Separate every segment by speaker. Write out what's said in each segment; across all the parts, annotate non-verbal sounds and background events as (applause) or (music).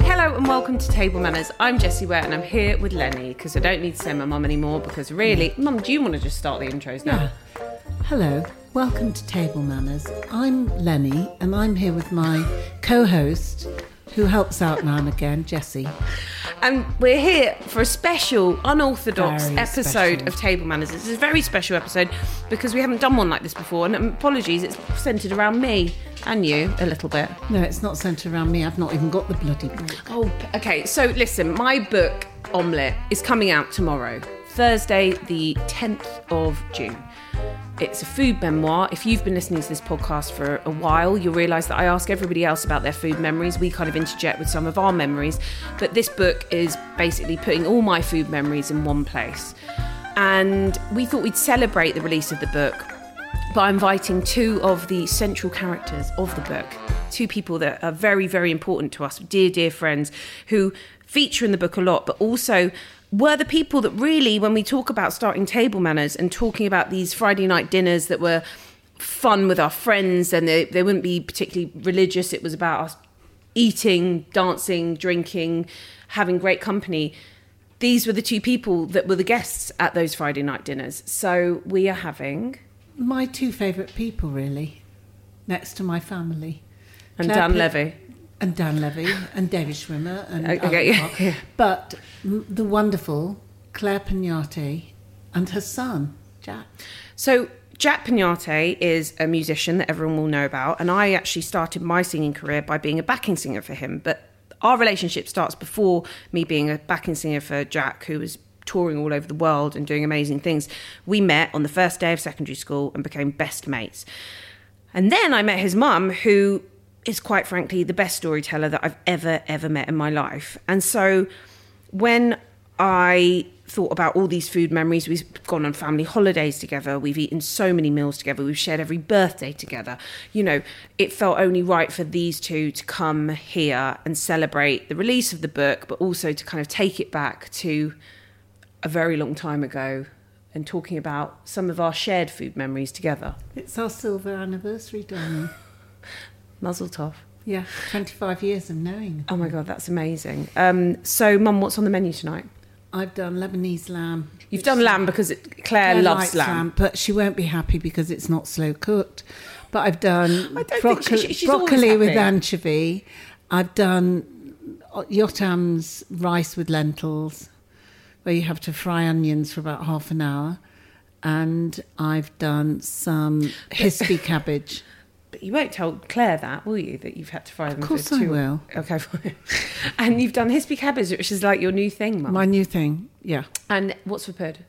Speaker 1: Hello and welcome to Table Manners. I'm Jessie Ware and I'm here with Lenny because I don't need to say my mum anymore because really,
Speaker 2: Mm.
Speaker 1: mum, do you want to just start the intros now?
Speaker 2: Hello, welcome to Table Manners. I'm Lenny, and I'm here with my co host, who helps out now and again, Jessie.
Speaker 1: And we're here for a special, unorthodox
Speaker 2: Very
Speaker 1: episode
Speaker 2: special.
Speaker 1: of Table Manners. It's a very special episode because we haven't done one like this before. And apologies, it's centred around me and you a little bit.
Speaker 2: No, it's not centred around me, I've not even got the bloody book.
Speaker 1: Oh, okay. So listen, my book Omelette is coming out tomorrow, Thursday, the 10th of June. It's a food memoir. If you've been listening to this podcast for a while, you'll realise that I ask everybody else about their food memories. We kind of interject with some of our memories, but this book is basically putting all my food memories in one place. And we thought we'd celebrate the release of the book by inviting two of the central characters of the book, two people that are very, very important to us, dear, dear friends, who feature in the book a lot, but also were the people that really, when we talk about starting table manners and talking about these Friday night dinners that were fun with our friends and they, they wouldn't be particularly religious, it was about us eating, dancing, drinking, having great company. These were the two people that were the guests at those Friday night dinners. So we are having
Speaker 2: My two favourite people, really, next to my family.
Speaker 1: and
Speaker 2: Claire
Speaker 1: Dan
Speaker 2: Pit-
Speaker 1: Levy.
Speaker 2: And Dan Levy, and David Schwimmer, and.
Speaker 1: Okay,
Speaker 2: other
Speaker 1: yeah,
Speaker 2: folk.
Speaker 1: yeah.
Speaker 2: But m- the wonderful Claire Pignate and her son, Jack.
Speaker 1: So Jack Pignate is a musician that everyone will know about, and I actually started my singing career by being a backing singer for him. But our relationship starts before me being a backing singer for Jack, who was touring all over the world and doing amazing things. We met on the first day of secondary school and became best mates. And then I met his mum, who is quite frankly the best storyteller that I've ever, ever met in my life. And so when I thought about all these food memories, we've gone on family holidays together, we've eaten so many meals together, we've shared every birthday together. You know, it felt only right for these two to come here and celebrate the release of the book, but also to kind of take it back to a very long time ago and talking about some of our shared food memories together.
Speaker 2: It's our silver anniversary, darling.
Speaker 1: Muzzle tov.
Speaker 2: Yeah, 25 years of knowing.
Speaker 1: Oh my god, that's amazing. Um, so, Mum, what's on the menu tonight?
Speaker 2: I've done Lebanese lamb.
Speaker 1: You've
Speaker 2: which
Speaker 1: done
Speaker 2: is-
Speaker 1: lamb because it, Claire,
Speaker 2: Claire
Speaker 1: loves
Speaker 2: likes
Speaker 1: lamb.
Speaker 2: but she won't be happy because it's not slow cooked. But I've done
Speaker 1: I don't think
Speaker 2: brocco-
Speaker 1: she- she- she's always
Speaker 2: broccoli with
Speaker 1: happy.
Speaker 2: anchovy. I've done uh, Yotam's rice with lentils, where you have to fry onions for about half an hour. And I've
Speaker 1: (laughs)
Speaker 2: done some hispy cabbage.
Speaker 1: But you won't tell Claire that, will you? That you've had to fry them.
Speaker 2: Of course
Speaker 1: for
Speaker 2: I
Speaker 1: two.
Speaker 2: will.
Speaker 1: Okay, (laughs) fine. and you've done hispy cabbage, which is like your new thing, Mum.
Speaker 2: My new thing, yeah.
Speaker 1: and what's for pud?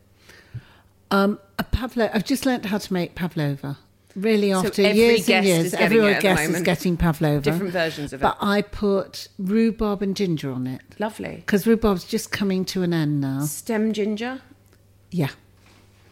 Speaker 2: Um, a pavlo. I've just learnt how to make pavlova. Really,
Speaker 1: So
Speaker 2: after
Speaker 1: every
Speaker 2: years and
Speaker 1: guest
Speaker 2: years,
Speaker 1: is getting
Speaker 2: everyone
Speaker 1: it at the
Speaker 2: guess is
Speaker 1: moment.
Speaker 2: getting pavlova.
Speaker 1: Different versions of
Speaker 2: But I put rhubarb and ginger on it
Speaker 1: it. Lovely.
Speaker 2: because rhubarb's just coming to an end now.
Speaker 1: Stem ginger,
Speaker 2: Yeah,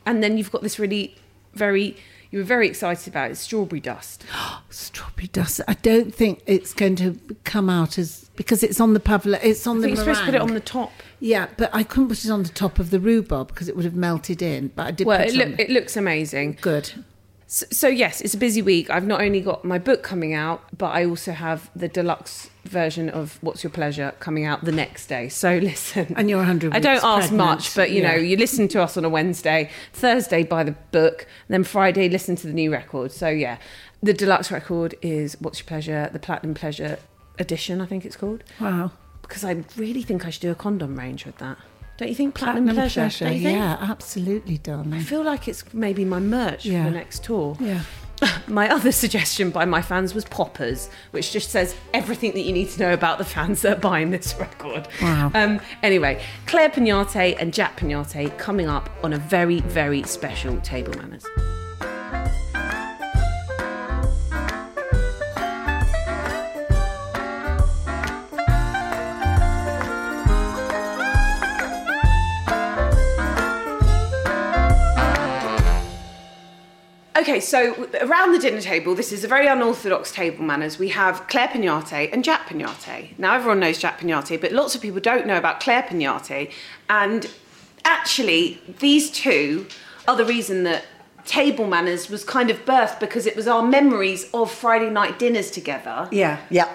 Speaker 1: and then you've got this really very. You were very excited about it. Strawberry dust.
Speaker 2: strawberry dust. I don't think it's going to come out as because it's on the pavlova. It's on
Speaker 1: I
Speaker 2: the.
Speaker 1: think you're supposed to put it
Speaker 2: meringue.
Speaker 1: on the top.
Speaker 2: Yeah, but I couldn't put it on the top of the rhubarb because it would have melted in. But I did.
Speaker 1: Well,
Speaker 2: put
Speaker 1: it,
Speaker 2: it on
Speaker 1: look, it looks amazing.
Speaker 2: good.
Speaker 1: So, so yes, it's a busy week. I've not only got my book coming out, but I also have the deluxe version of What's Your Pleasure coming out the next day. So (laughs) listen,
Speaker 2: And you're 100
Speaker 1: I don't
Speaker 2: weeks
Speaker 1: ask
Speaker 2: pregnant.
Speaker 1: much, but you know,
Speaker 2: Yeah.
Speaker 1: you listen to us on a Wednesday, Thursday by the book, then Friday listen to the new record. So yeah, the deluxe record is What's Your Pleasure, the Platinum Pleasure edition, I think it's called,
Speaker 2: Wow.
Speaker 1: because I really think I should do a condom range with that. Don't you think Platinum,
Speaker 2: Platinum
Speaker 1: Pleasure?
Speaker 2: pleasure.
Speaker 1: Don't you think?
Speaker 2: Yeah, absolutely,
Speaker 1: I
Speaker 2: darling.
Speaker 1: feel like it's maybe my merch
Speaker 2: Yeah.
Speaker 1: for the next tour.
Speaker 2: Yeah.
Speaker 1: (laughs) My other suggestion by my fans was Poppers, which just says everything that you need to know about the fans that are buying this (laughs) record.
Speaker 2: Wow.
Speaker 1: Um, anyway, Claire Pignate and Jack Pignate coming up on a very, very special Table Manners. okay, so around the dinner table, this is a very unorthodox table manners. We have Claire Pignate and Jack Pignate. Now, everyone knows Jack Pignate, but lots of people don't know about Claire Pignate. And actually, these two are the reason that table manners was kind of birthed because it was our memories of Friday night dinners together
Speaker 2: Yeah.
Speaker 3: Yeah.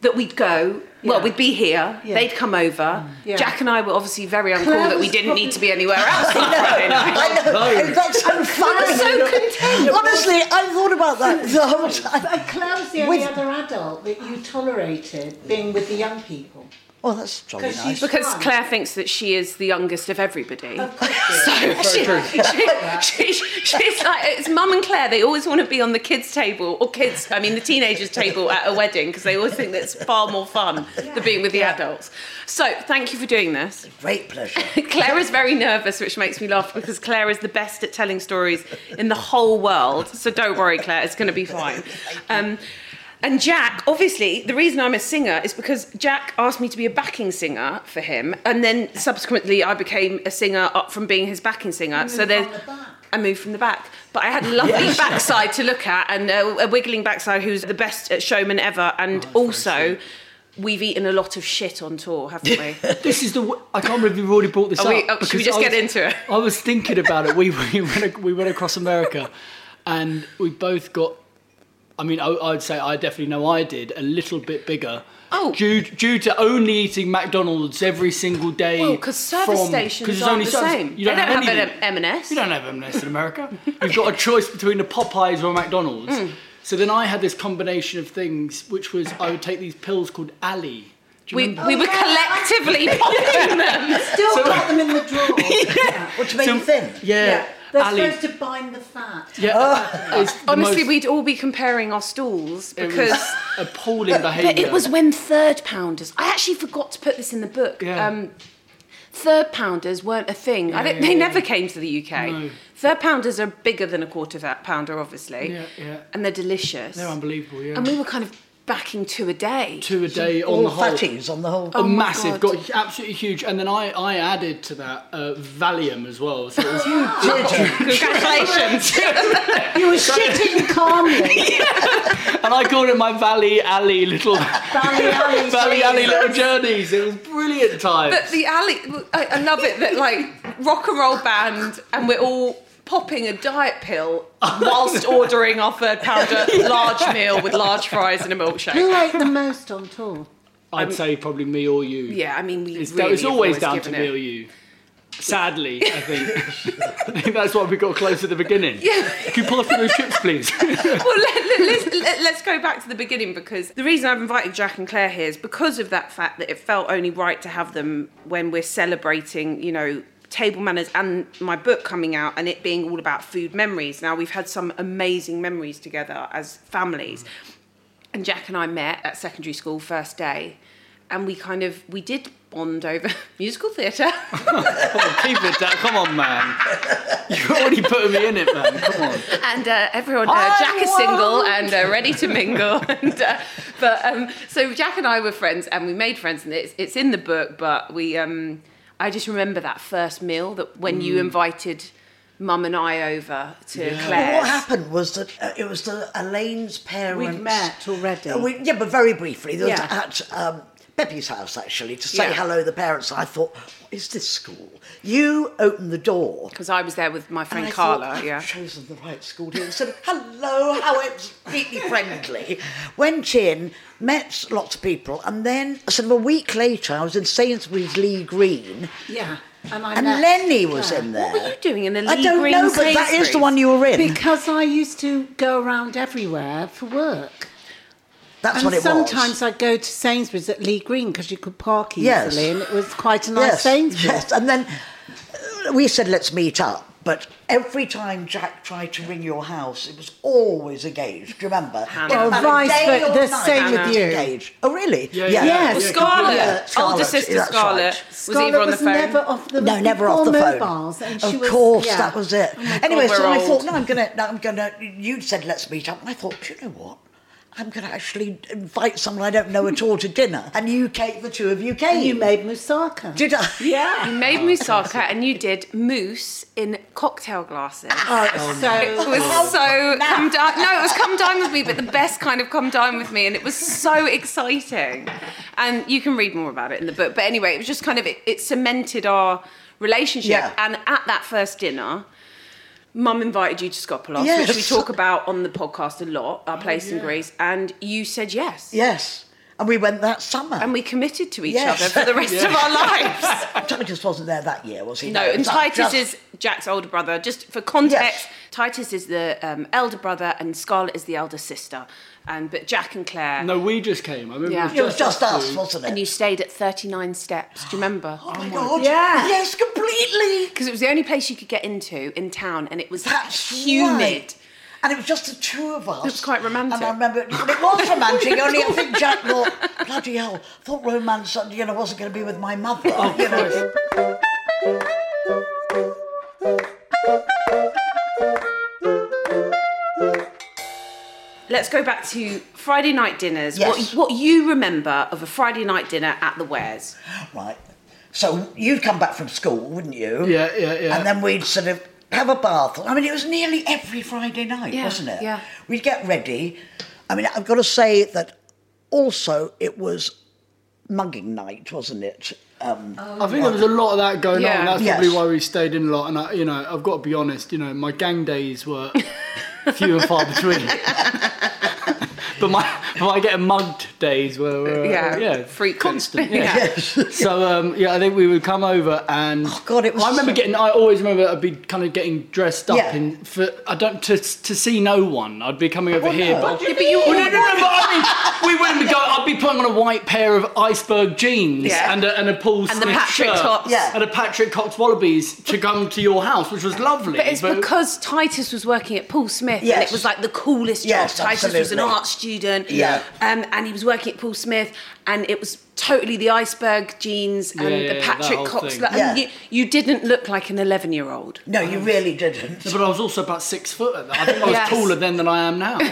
Speaker 1: that we'd go. Well,
Speaker 2: Yeah.
Speaker 1: we'd be here.
Speaker 2: Yeah.
Speaker 1: They'd come over.
Speaker 2: Yeah.
Speaker 1: Jack and I were obviously very uncool
Speaker 2: Claire
Speaker 1: that we
Speaker 2: was
Speaker 1: didn't need to be anywhere
Speaker 2: (laughs)
Speaker 1: else on Friday night.
Speaker 3: I know. and That's so funny.
Speaker 1: so content.
Speaker 3: Honestly, I thought about that the whole time.
Speaker 2: But Claire was the only
Speaker 3: With-
Speaker 2: other adult that you tolerated being with the young people.
Speaker 3: Oh, that's jolly
Speaker 2: Because
Speaker 3: nice.
Speaker 2: she's-
Speaker 1: Because
Speaker 2: Fun.
Speaker 1: Claire thinks that she is the youngest of everybody. she,
Speaker 4: true.
Speaker 1: she- she- she's like, it's mum and Claire, they always want to be on the kids' table, or kids, I mean, the teenagers' table at a wedding, because they always think that's far more fun than being with the adults. So, thank you for doing this.
Speaker 2: (laughs)
Speaker 3: Great pleasure.
Speaker 1: (laughs) Claire is very nervous, which makes me laugh because Claire is the best at telling stories in the whole world. So don't worry, Claire, it's going to be fine. Um, and Jack, obviously, the reason I'm a singer is because Jack asked me to be a backing singer for him, and then subsequently I became a singer up from being his backing singer. So there's.
Speaker 2: from the back.
Speaker 1: I moved from the back. But I
Speaker 2: (laughs)
Speaker 1: had a lovely backside to look at and a, a wiggling backside who's the best showman ever. And
Speaker 2: Oh,
Speaker 1: also, we've eaten a lot of shit on tour,
Speaker 2: (laughs)
Speaker 1: haven't we?
Speaker 5: This is the. w- I can't remember if you've already brought this
Speaker 1: Are
Speaker 5: up.
Speaker 1: we- oh, should we
Speaker 5: because
Speaker 1: just
Speaker 5: I
Speaker 1: get
Speaker 5: was-
Speaker 1: into it?
Speaker 5: I was thinking about it. We, (laughs) we, went, ac- we went across America and we both got. I mean, I, I'd say I definitely know I did a little bit bigger.
Speaker 1: Oh.
Speaker 5: Due, due to only eating McDonald's every single day.
Speaker 1: Well, 'cause service
Speaker 5: from- 'cause
Speaker 1: stations
Speaker 5: there's
Speaker 1: aren't
Speaker 5: only
Speaker 1: the
Speaker 5: service-
Speaker 1: same.
Speaker 5: You don't
Speaker 1: They don't
Speaker 5: have,
Speaker 1: have
Speaker 5: anything.
Speaker 1: an M&S.
Speaker 5: You don't have M&S in America. You've got a choice between the Popeyes or McDonald's.
Speaker 1: Mm.
Speaker 5: So then I had this combination of things, which was I would take these pills called Ali. Do you
Speaker 1: We,
Speaker 5: remember?
Speaker 1: we
Speaker 5: (laughs)
Speaker 1: were collectively popping them.
Speaker 2: Still got them in the
Speaker 3: (laughs)
Speaker 2: drawer.
Speaker 3: Which made you thin.
Speaker 5: yeah.
Speaker 2: They're
Speaker 5: Ali.
Speaker 2: supposed to bind the fat.
Speaker 5: Yeah. uh, it's the
Speaker 1: Uh, Honestly,
Speaker 5: most (laughs)
Speaker 1: we'd all be comparing our stools because.
Speaker 5: appalling behaviour.
Speaker 1: But it was when third pounders. I actually forgot to put this in the book.
Speaker 5: Yeah.
Speaker 1: Um, third pounders weren't a thing. I don't,
Speaker 5: yeah,
Speaker 1: they
Speaker 5: yeah.
Speaker 1: never came to the UK.
Speaker 5: No.
Speaker 1: Third pounders are bigger than a quarter fa- pounder, obviously.
Speaker 5: Yeah, yeah.
Speaker 1: And they're delicious.
Speaker 5: They're unbelievable. Yeah.
Speaker 1: And we were kind of backing two a day.
Speaker 5: two a day on
Speaker 3: All
Speaker 5: the whole.
Speaker 3: fatties on the whole.
Speaker 2: Oh,
Speaker 5: A
Speaker 1: Oh my
Speaker 5: massive,
Speaker 1: God.
Speaker 5: got absolutely huge, and then I, I added to that uh, Valium as well. So
Speaker 1: (laughs)
Speaker 5: it was, (laughs)
Speaker 1: Congratulations. (laughs)
Speaker 2: You were shitting calmly.
Speaker 5: (laughs) and I called it my Valley Alley little (laughs)
Speaker 2: Valley Alley
Speaker 5: Valley Alley
Speaker 2: Journeys.
Speaker 5: little journeys. It was brilliant time.
Speaker 1: But the alley, I, I love it that like rock and roll band, and we're all popping a diet pill
Speaker 5: (laughs)
Speaker 1: whilst ordering our third pounder large meal with large fries and a milkshake.
Speaker 2: Who ate the most on tour?
Speaker 5: I'd say probably me or you.
Speaker 1: Yeah, I mean we.
Speaker 5: it's,
Speaker 1: really
Speaker 5: it's
Speaker 1: have
Speaker 5: always down to
Speaker 1: given
Speaker 5: me or
Speaker 1: it.
Speaker 5: you. Sadly,
Speaker 1: (laughs)
Speaker 5: I think I think that's why we got close at the beginning.
Speaker 1: Yeah.
Speaker 5: Can you pull off those chips,
Speaker 1: (laughs)
Speaker 5: please?
Speaker 1: Well, let, let, let's, let, let's go back to the beginning because the reason I've invited Jack and Claire here is because of that fact that it felt only right to have them when we're celebrating, you know, table manners and my book coming out and it being all about food memories. Now, we've had some amazing memories together as families. and Jack and I met at secondary school first day, and we kind of we did bond over (laughs) musical theatre.
Speaker 5: Oh, keep it down. Come on, man. You're already putting me in it, man. Come on.
Speaker 1: and uh, everyone, uh, Jack is single and uh, ready to mingle. (laughs) and uh, but um, so Jack and I were friends, and we made friends, and it's it's in the book. But we, um, I just remember that first meal that when you
Speaker 3: Mm.
Speaker 1: invited mum and I over to
Speaker 3: Well, what
Speaker 1: Claire's.
Speaker 3: happened was that uh, it was the Elaine's parents.
Speaker 2: met already.
Speaker 3: Uh, we- yeah, but very briefly. They
Speaker 2: Yeah.
Speaker 3: was at um, Pepe's house actually to say
Speaker 1: Yeah.
Speaker 3: hello to the parents. And I thought, what is this school? You opened the door.
Speaker 1: Because I was there with my
Speaker 3: And
Speaker 1: friend
Speaker 3: I thought, "Oh,
Speaker 1: Carla,
Speaker 3: I've
Speaker 1: yeah.
Speaker 3: chosen the right school here. Instead of hello, how it's deeply friendly. Went in, met lots of people, and then sort of a week later, I was in Sainsbury's Lee Green,
Speaker 2: Yeah. And, I
Speaker 3: and
Speaker 2: met
Speaker 3: Lenny was
Speaker 2: Claire.
Speaker 3: in there.
Speaker 1: What were you doing in the
Speaker 3: I
Speaker 1: Lee
Speaker 3: don't
Speaker 1: Green
Speaker 3: know, but that is the
Speaker 1: Sainsbury's?
Speaker 3: one you were in.
Speaker 2: Because I used to go around everywhere for work.
Speaker 3: That's
Speaker 2: and
Speaker 3: what it
Speaker 2: sometimes
Speaker 3: was.
Speaker 2: I'd go to Sainsbury's at Lee Green because you could park easily
Speaker 3: Yes.
Speaker 2: and it was quite a nice
Speaker 3: (laughs)
Speaker 2: Sainsbury's.
Speaker 3: Yes, and then uh, we said let's meet up, but every time Jack tried to ring your house, it was always engaged. Do you remember?
Speaker 1: Hannah.
Speaker 3: It
Speaker 1: Oh,
Speaker 3: mattered
Speaker 2: vice
Speaker 3: day
Speaker 2: ver-
Speaker 3: or
Speaker 2: the
Speaker 3: night,
Speaker 2: same
Speaker 3: it was
Speaker 2: with you.
Speaker 3: Engaged. Oh, really?
Speaker 5: Yeah, yeah, yeah.
Speaker 2: Yes.
Speaker 5: Yeah,
Speaker 1: Scarlett,
Speaker 3: Scarlett,
Speaker 1: older
Speaker 3: Scarlett,
Speaker 1: sister
Speaker 3: that's
Speaker 1: Scarlett,
Speaker 3: right.
Speaker 1: was
Speaker 2: Scarlett
Speaker 1: either on the
Speaker 2: was
Speaker 1: phone.
Speaker 2: never off the
Speaker 3: No, never
Speaker 2: before
Speaker 3: off the phone.
Speaker 2: mobiles, and she
Speaker 3: of
Speaker 2: was-
Speaker 3: course,
Speaker 2: yeah.
Speaker 3: that was it.
Speaker 2: Oh my God,
Speaker 3: anyway, so
Speaker 1: we're
Speaker 3: I thought,
Speaker 1: old.
Speaker 3: no, I'm gonna, no, I'm gonna. You said let's meet up, and I thought, do you know what? I'm gonna actually invite someone I don't know at all to dinner, and you came. The two of you came.
Speaker 2: You made moussaka.
Speaker 3: Did I?
Speaker 2: yeah.
Speaker 1: You made moussaka and you did mousse in cocktail glasses.
Speaker 2: so
Speaker 1: (laughs) It was
Speaker 3: Oh.
Speaker 1: so come down. No, it was come down with me, but the best kind of come down with me, and it was so exciting. And you can read more about it in the book. But anyway, it was just kind of it, it cemented our relationship.
Speaker 3: Yeah.
Speaker 1: And at that first dinner, Mum invited you to Skopelos, which we
Speaker 3: Yes.
Speaker 1: talk about on the podcast a lot, our place in Greece, and you said yes.
Speaker 3: Yes. And we went that summer.
Speaker 1: And we committed to each
Speaker 3: Yes.
Speaker 1: other for the rest
Speaker 3: (laughs)
Speaker 1: of our lives.
Speaker 3: Titus wasn't there that year, was he?
Speaker 1: No, and
Speaker 3: it's
Speaker 1: Titus
Speaker 3: just-
Speaker 1: is Jack's older brother. Just for context, Titus is the um, elder brother, and Scarlett is the elder sister. And but Jack and Claire,
Speaker 5: No, we just came. I remember
Speaker 1: Yeah.
Speaker 3: It was just us,
Speaker 5: two.
Speaker 3: wasn't it?
Speaker 1: and you stayed at 39 Steps. Do you remember?
Speaker 3: (gasps) Oh my god!
Speaker 1: Yeah.
Speaker 3: Yes, completely.
Speaker 1: Because it was the only place you could get into in town, and it was
Speaker 3: That's
Speaker 1: humid.
Speaker 3: right. And it was just the two of us. It
Speaker 1: was quite romantic. Oh
Speaker 3: And I remember it, but it
Speaker 1: (laughs)
Speaker 3: was romantic. only I think Jack thought, bloody hell, thought romance, you know, wasn't going to be with my mother. you know.
Speaker 1: Let's go back to Friday night dinners.
Speaker 3: Yes.
Speaker 1: What, what you remember of a Friday night dinner at the Wares?
Speaker 3: Right. So you'd come back from school, wouldn't you?
Speaker 5: Yeah, yeah, yeah.
Speaker 3: And then we'd sort of have a bath. I mean, it was nearly every Friday night,
Speaker 1: Yeah,
Speaker 3: wasn't it?
Speaker 1: yeah.
Speaker 3: We'd get ready. I mean, I've got to say that also it was mugging night, wasn't it? Um,
Speaker 1: Oh,
Speaker 5: I think there was a lot of that going
Speaker 1: Yeah.
Speaker 5: on. That's
Speaker 3: Yes.
Speaker 5: probably why we stayed in a lot. And I, you know, I've got to be honest. You know, my gang days were few and far
Speaker 3: (laughs)
Speaker 5: between. but my but my getting mugged days were uh,
Speaker 1: Yeah,
Speaker 5: yeah
Speaker 1: frequent. (laughs)
Speaker 5: constant. Yeah.
Speaker 1: Yeah.
Speaker 3: yes.
Speaker 5: (laughs) So um, yeah, I think we would come over and
Speaker 3: Oh, God, it was
Speaker 5: I remember
Speaker 3: so-
Speaker 5: getting. I always remember I'd be kind of getting dressed up
Speaker 3: Yeah.
Speaker 5: in for. I don't to to see no one. I'd be coming over here,
Speaker 3: no. What
Speaker 5: but.
Speaker 3: do
Speaker 1: Oh, Yeah, but you
Speaker 5: Well,
Speaker 1: all
Speaker 5: no, no, no, but I mean, we wouldn't be going. I'd be putting on a white pair of iceberg jeans
Speaker 1: Yeah.
Speaker 5: and a and a Paul
Speaker 1: And the
Speaker 5: Smith
Speaker 1: Patrick
Speaker 5: shirt
Speaker 1: tops.
Speaker 3: Yeah.
Speaker 5: and a Patrick Cox Wallabies to come to your house, which was lovely.
Speaker 1: But it's because Titus was working at Paul Smith, and it
Speaker 3: Yes.
Speaker 1: was like the coolest job.
Speaker 3: Yes,
Speaker 1: Titus was an
Speaker 3: absolutely.
Speaker 1: art student,
Speaker 3: Yeah.
Speaker 1: um, and he was working at Paul Smith, and it was totally the iceberg jeans and
Speaker 5: Yeah, yeah,
Speaker 1: the
Speaker 5: yeah,
Speaker 1: Patrick
Speaker 5: that whole
Speaker 1: Cox.
Speaker 5: thing.
Speaker 1: Like, and
Speaker 3: Yeah.
Speaker 1: you, you didn't look like an eleven-year-old.
Speaker 3: No, you really didn't.
Speaker 5: But I was also about six foot at that. I think I was
Speaker 1: Yes.
Speaker 5: taller then than I am now. (laughs) Do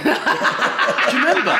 Speaker 5: you remember?